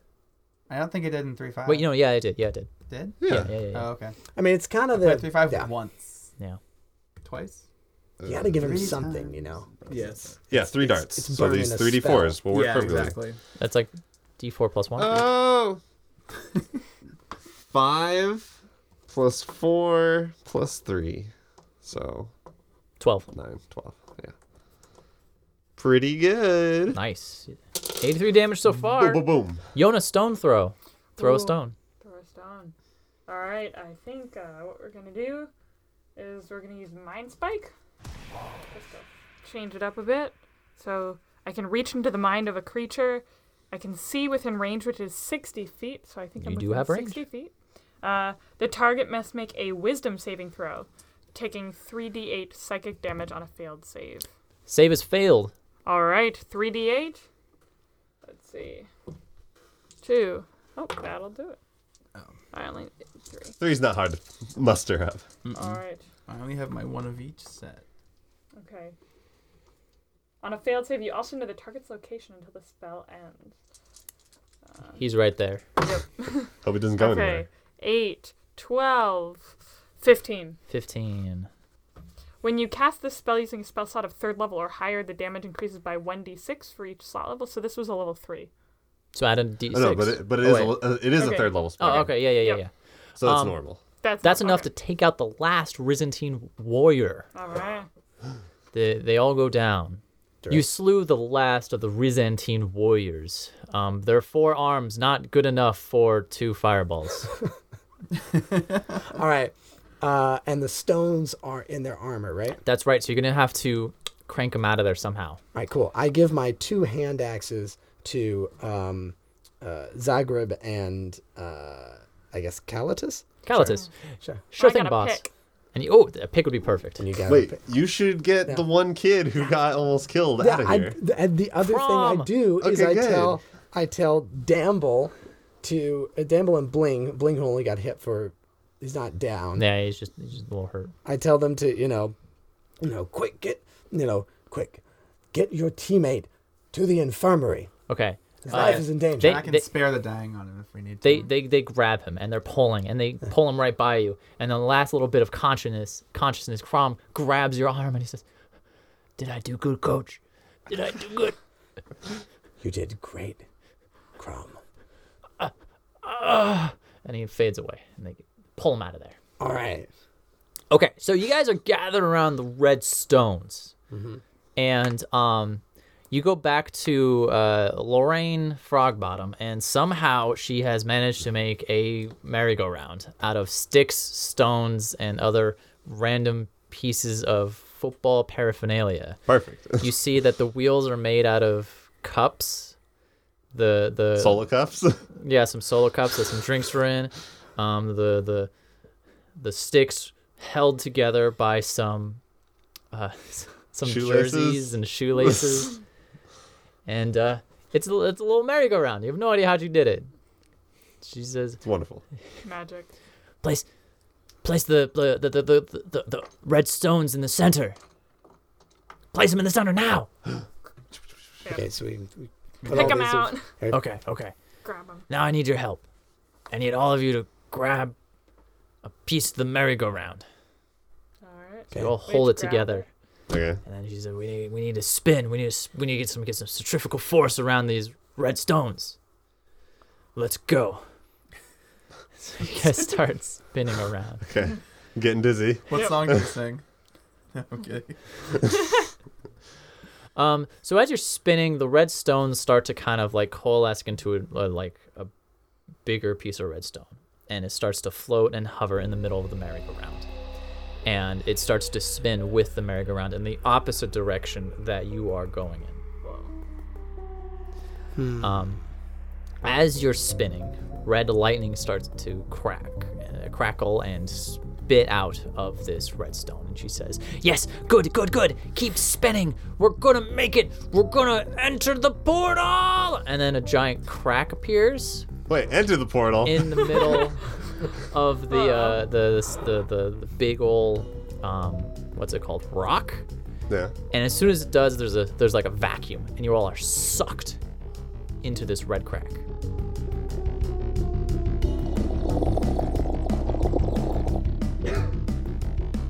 S7: I don't think it did in 3 5.
S2: Wait, you know, yeah, it did. Yeah, it did.
S7: Did?
S5: Uh,
S2: Yeah, yeah, yeah. yeah.
S7: Oh, okay.
S3: I mean, it's kind of the.
S7: Wait, 3 5
S3: yeah.
S7: once.
S2: yeah.
S7: Twice?
S3: You got to give him
S7: Three
S3: something,
S7: times.
S3: you know?
S7: Yes.
S5: Yeah, three darts.
S3: it's
S5: so
S3: burning
S5: these
S3: a
S5: three d fours will work
S7: Yeah,
S5: perfectly.
S7: exactly.
S2: That's like D4 plus one.
S5: Oh. Five plus four plus three. So
S2: 12.
S5: nine, twelve. Yeah. Pretty good.
S2: Nice. 83 damage so far.
S5: Boom, boom, boom.
S2: Yona stone throw. Throw
S4: Ooh.
S2: a stone.
S4: Throw us down. All right. I think uh, what we're gonna do is we're gonna use Mind Spike. Let's go. change it up a bit. So I can reach into the mind of a creature. I can see within range, which is 60 feet. So I think I'm
S2: You do
S4: within
S2: have range.
S4: 60 feet. Uh, the target must make a wisdom saving throw, taking 3d8 psychic damage on a failed save.
S2: Save is failed.
S4: All right, 3d8. Let's see. Two. Oh, that'll do it.
S2: Oh.
S4: I only need three.
S5: Three's not hard to muster up.
S4: All right.
S7: I only have my one of each set.
S4: Okay. On a failed save, you also know the target's location until the spell ends.
S2: He's right there.
S5: Hope it doesn't go
S4: okay.
S5: anywhere.
S4: eight, twelve, fifteen.
S2: 15.
S4: When you cast this spell using a spell slot of third level or higher, the damage increases by 1d6 for each slot level. So this was a level 3.
S2: So add a d6.
S5: Oh, no, but it, but it
S2: Oh,
S5: is
S2: wait.
S5: a, uh, it is
S4: Okay.
S5: a third level spell.
S2: Oh, okay. Yeah, yeah, yeah,
S4: Yep.
S2: yeah.
S5: So that's
S2: Um,
S5: normal.
S4: That's,
S2: That's enough to take out the last Byzantine warrior.
S4: All right.
S2: They, they all go down. You slew the last of the Byzantine warriors. Um, their four arms not good enough for two fireballs.
S3: All right. Uh, and the stones are in their armor, right? All
S2: That's right. So you're gonna have to crank them out of there somehow.
S3: right, cool. I give my two hand axes to um, uh, Zagreb and uh, I guess Calatus.
S2: Calatus,
S3: Sure.
S2: sure
S4: I
S2: thing,
S4: got a
S2: boss.
S4: pick.
S2: And you, oh, a pick would be perfect.
S3: And you got
S5: Wait, you should get the one kid who got almost killed
S3: Yeah,
S5: out of
S3: I,
S5: here.
S3: th- and the other thing I
S2: Prom.
S3: do is
S5: Okay,
S3: I
S5: good.
S3: tell I tell Damble to uh, Damble and Bling. Bling who only got hit for he's not down.
S2: Yeah, he's just, he's just a little hurt.
S3: I tell them to you know, you know, quick get you know quick get your teammate to the infirmary.
S2: Okay.
S3: His
S2: Uh,
S3: life is in danger.
S2: they-
S7: I can spare the dying on him if we need to.
S2: they, they they grab him and they're pulling and they pull him right by you and the last little bit of consciousness consciousness Crom grabs your arm and he says, "Did I do good, Coach? Did I do good?
S3: you did great, Crom.
S2: And he fades away and they pull him out of there.
S3: All right.
S2: Okay, so you guys are gathered around the red stones, and um, you go back to uh, Lorraine Frogbottom, and somehow she has managed to make a merry-go-round out of sticks, stones, and other random pieces of football paraphernalia.
S5: Perfect.
S2: You see that the wheels are made out of cups. The the
S5: Solo cups.
S2: yeah, some solo cups that some drinks were in. Um, the the the sticks held together by some uh, some
S5: Shoelaces?
S2: jerseys and shoelaces. and uh, it's a, it's a little merry-go-round. You have no idea how she did it. She says,
S5: it's wonderful.
S4: Magic.
S2: "Place, place the the the the, the, the, the red stones in the center. Place them in the center now."
S3: Okay, so we, we put all
S4: Pick him
S3: these-
S4: out.
S2: Okay, okay.
S4: Grab him.
S2: Now I need your help. I need all of you to grab a piece of the merry-go-round.
S4: All right.
S2: They all
S4: Wait,
S2: hold it
S4: grab
S2: together.
S4: it.
S5: Okay.
S2: And then she said, "We need, we need to spin. We need to, s- we need to get some, get some centrifugal force around these red stones. Let's go." So you guys start spinning around.
S5: Okay. Getting dizzy.
S7: What song do you sing? okay.
S2: Um, so as you're spinning, the red stones start to kind of like coalesce into a, a- like a bigger piece of redstone, and it starts to float and hover in the middle of the merry-go-round, and it starts to spin with the merry-go-round in the opposite direction that you are going in. Um, as you're spinning, red lightning starts to crack, uh, crackle, and spit out of this redstone. And she says, Yes, good, good, good. Keep spinning. We're gonna make it. We're gonna enter the portal. And then a giant crack appears
S5: Wait, enter the portal.
S2: in the middle of the, uh, the, the, the, the big ol' um, what's it called? Rock.
S5: yeah.
S2: And as soon as it does, there's a there's like a vacuum, and you all are sucked into this red crack.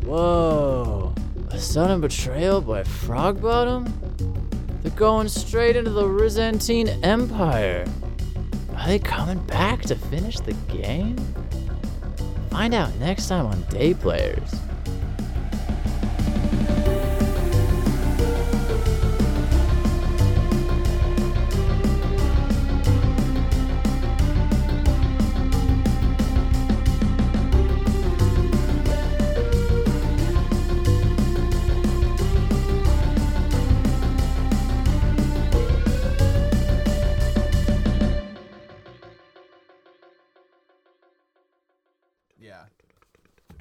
S2: Whoa! A sudden betrayal by Frog Bottom? They're going straight into the Byzantine Empire. Are they coming back to finish the game? Find out next time on Day Players.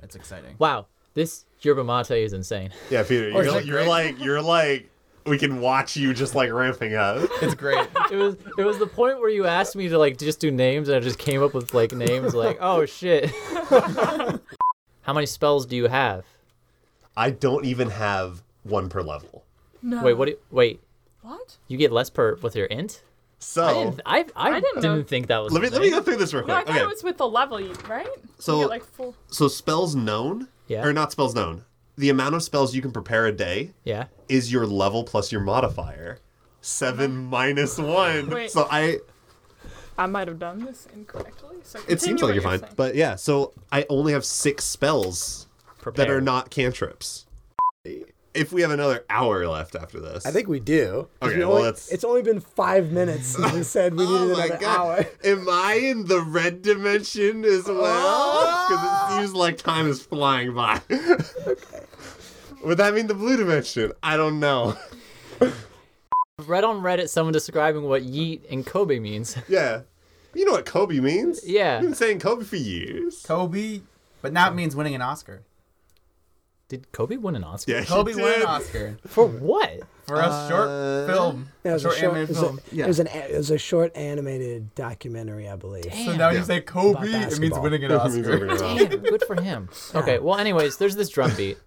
S7: It's exciting.
S2: Wow, this yerba mate is insane.
S5: Yeah, Peter,
S7: isn't
S5: you're,
S7: it
S5: you're
S7: great?
S5: like you're like we can watch you just like ramping up.
S7: It's great.
S2: It was it was the point where you asked me to like just do names, and I just came up with like names like oh shit. How many spells do you have?
S5: I don't even have one per level.
S8: No.
S2: Wait, what? Do you, wait,
S8: What?
S2: you get less per with your int?
S5: So
S2: I didn't. I, Oh. I,
S4: I
S2: didn't,
S4: didn't know.
S2: think that was.
S5: let me
S2: a
S5: let me
S2: thing.
S5: go through this real
S4: No, I
S5: quick.
S4: thought
S5: okay,
S4: it was with the level, you- right?
S5: So-
S4: you get, like full.
S5: so spells known,
S2: Yeah.
S5: or not spells known? The amount of spells you can prepare a day
S2: Yeah.
S5: is your level plus your modifier. Seven minus one.
S4: Wait.
S5: So I
S4: I might have done this incorrectly. So
S5: it seems
S4: continue
S5: like you're
S4: what
S5: fine,
S4: saying.
S5: but yeah. So I only have six spells that are
S2: Prepared.
S5: not cantrips. If we have another hour left after this,
S3: I think we do. 'Cause
S5: Okay,
S3: we
S5: well,
S3: only-
S5: that's-
S3: It's only been five minutes since we said we needed another hour.
S5: Oh Am I in the red dimension as well? Because
S3: Ah!
S5: it seems like time is flying by. Would that mean the blue dimension? I don't know.
S2: Read on Reddit someone describing what yeet and Kobe means.
S5: Yeah. You know what Kobe means?
S2: Yeah.
S5: We've been saying Kobe for years.
S7: Kobe, but now it means winning an Oscar.
S2: Did Kobe win an Oscar?
S5: Yeah, he
S7: Kobe won an
S5: did.
S7: Oscar
S2: For what?
S7: for a
S2: Uh,
S7: short film,
S3: Yeah, it was
S7: short,
S3: a short, it
S7: animated
S3: was a-
S7: film.
S3: it was an a- it was a short animated documentary, I believe.
S7: So now
S5: Yeah.
S7: you say Kobe,
S3: About
S7: it means
S3: basketball.
S7: winning an
S5: It means
S7: Oscar.
S5: Kobe won an Oscar.
S2: Damn, good for him. Okay, well, anyways, there's this drum beat.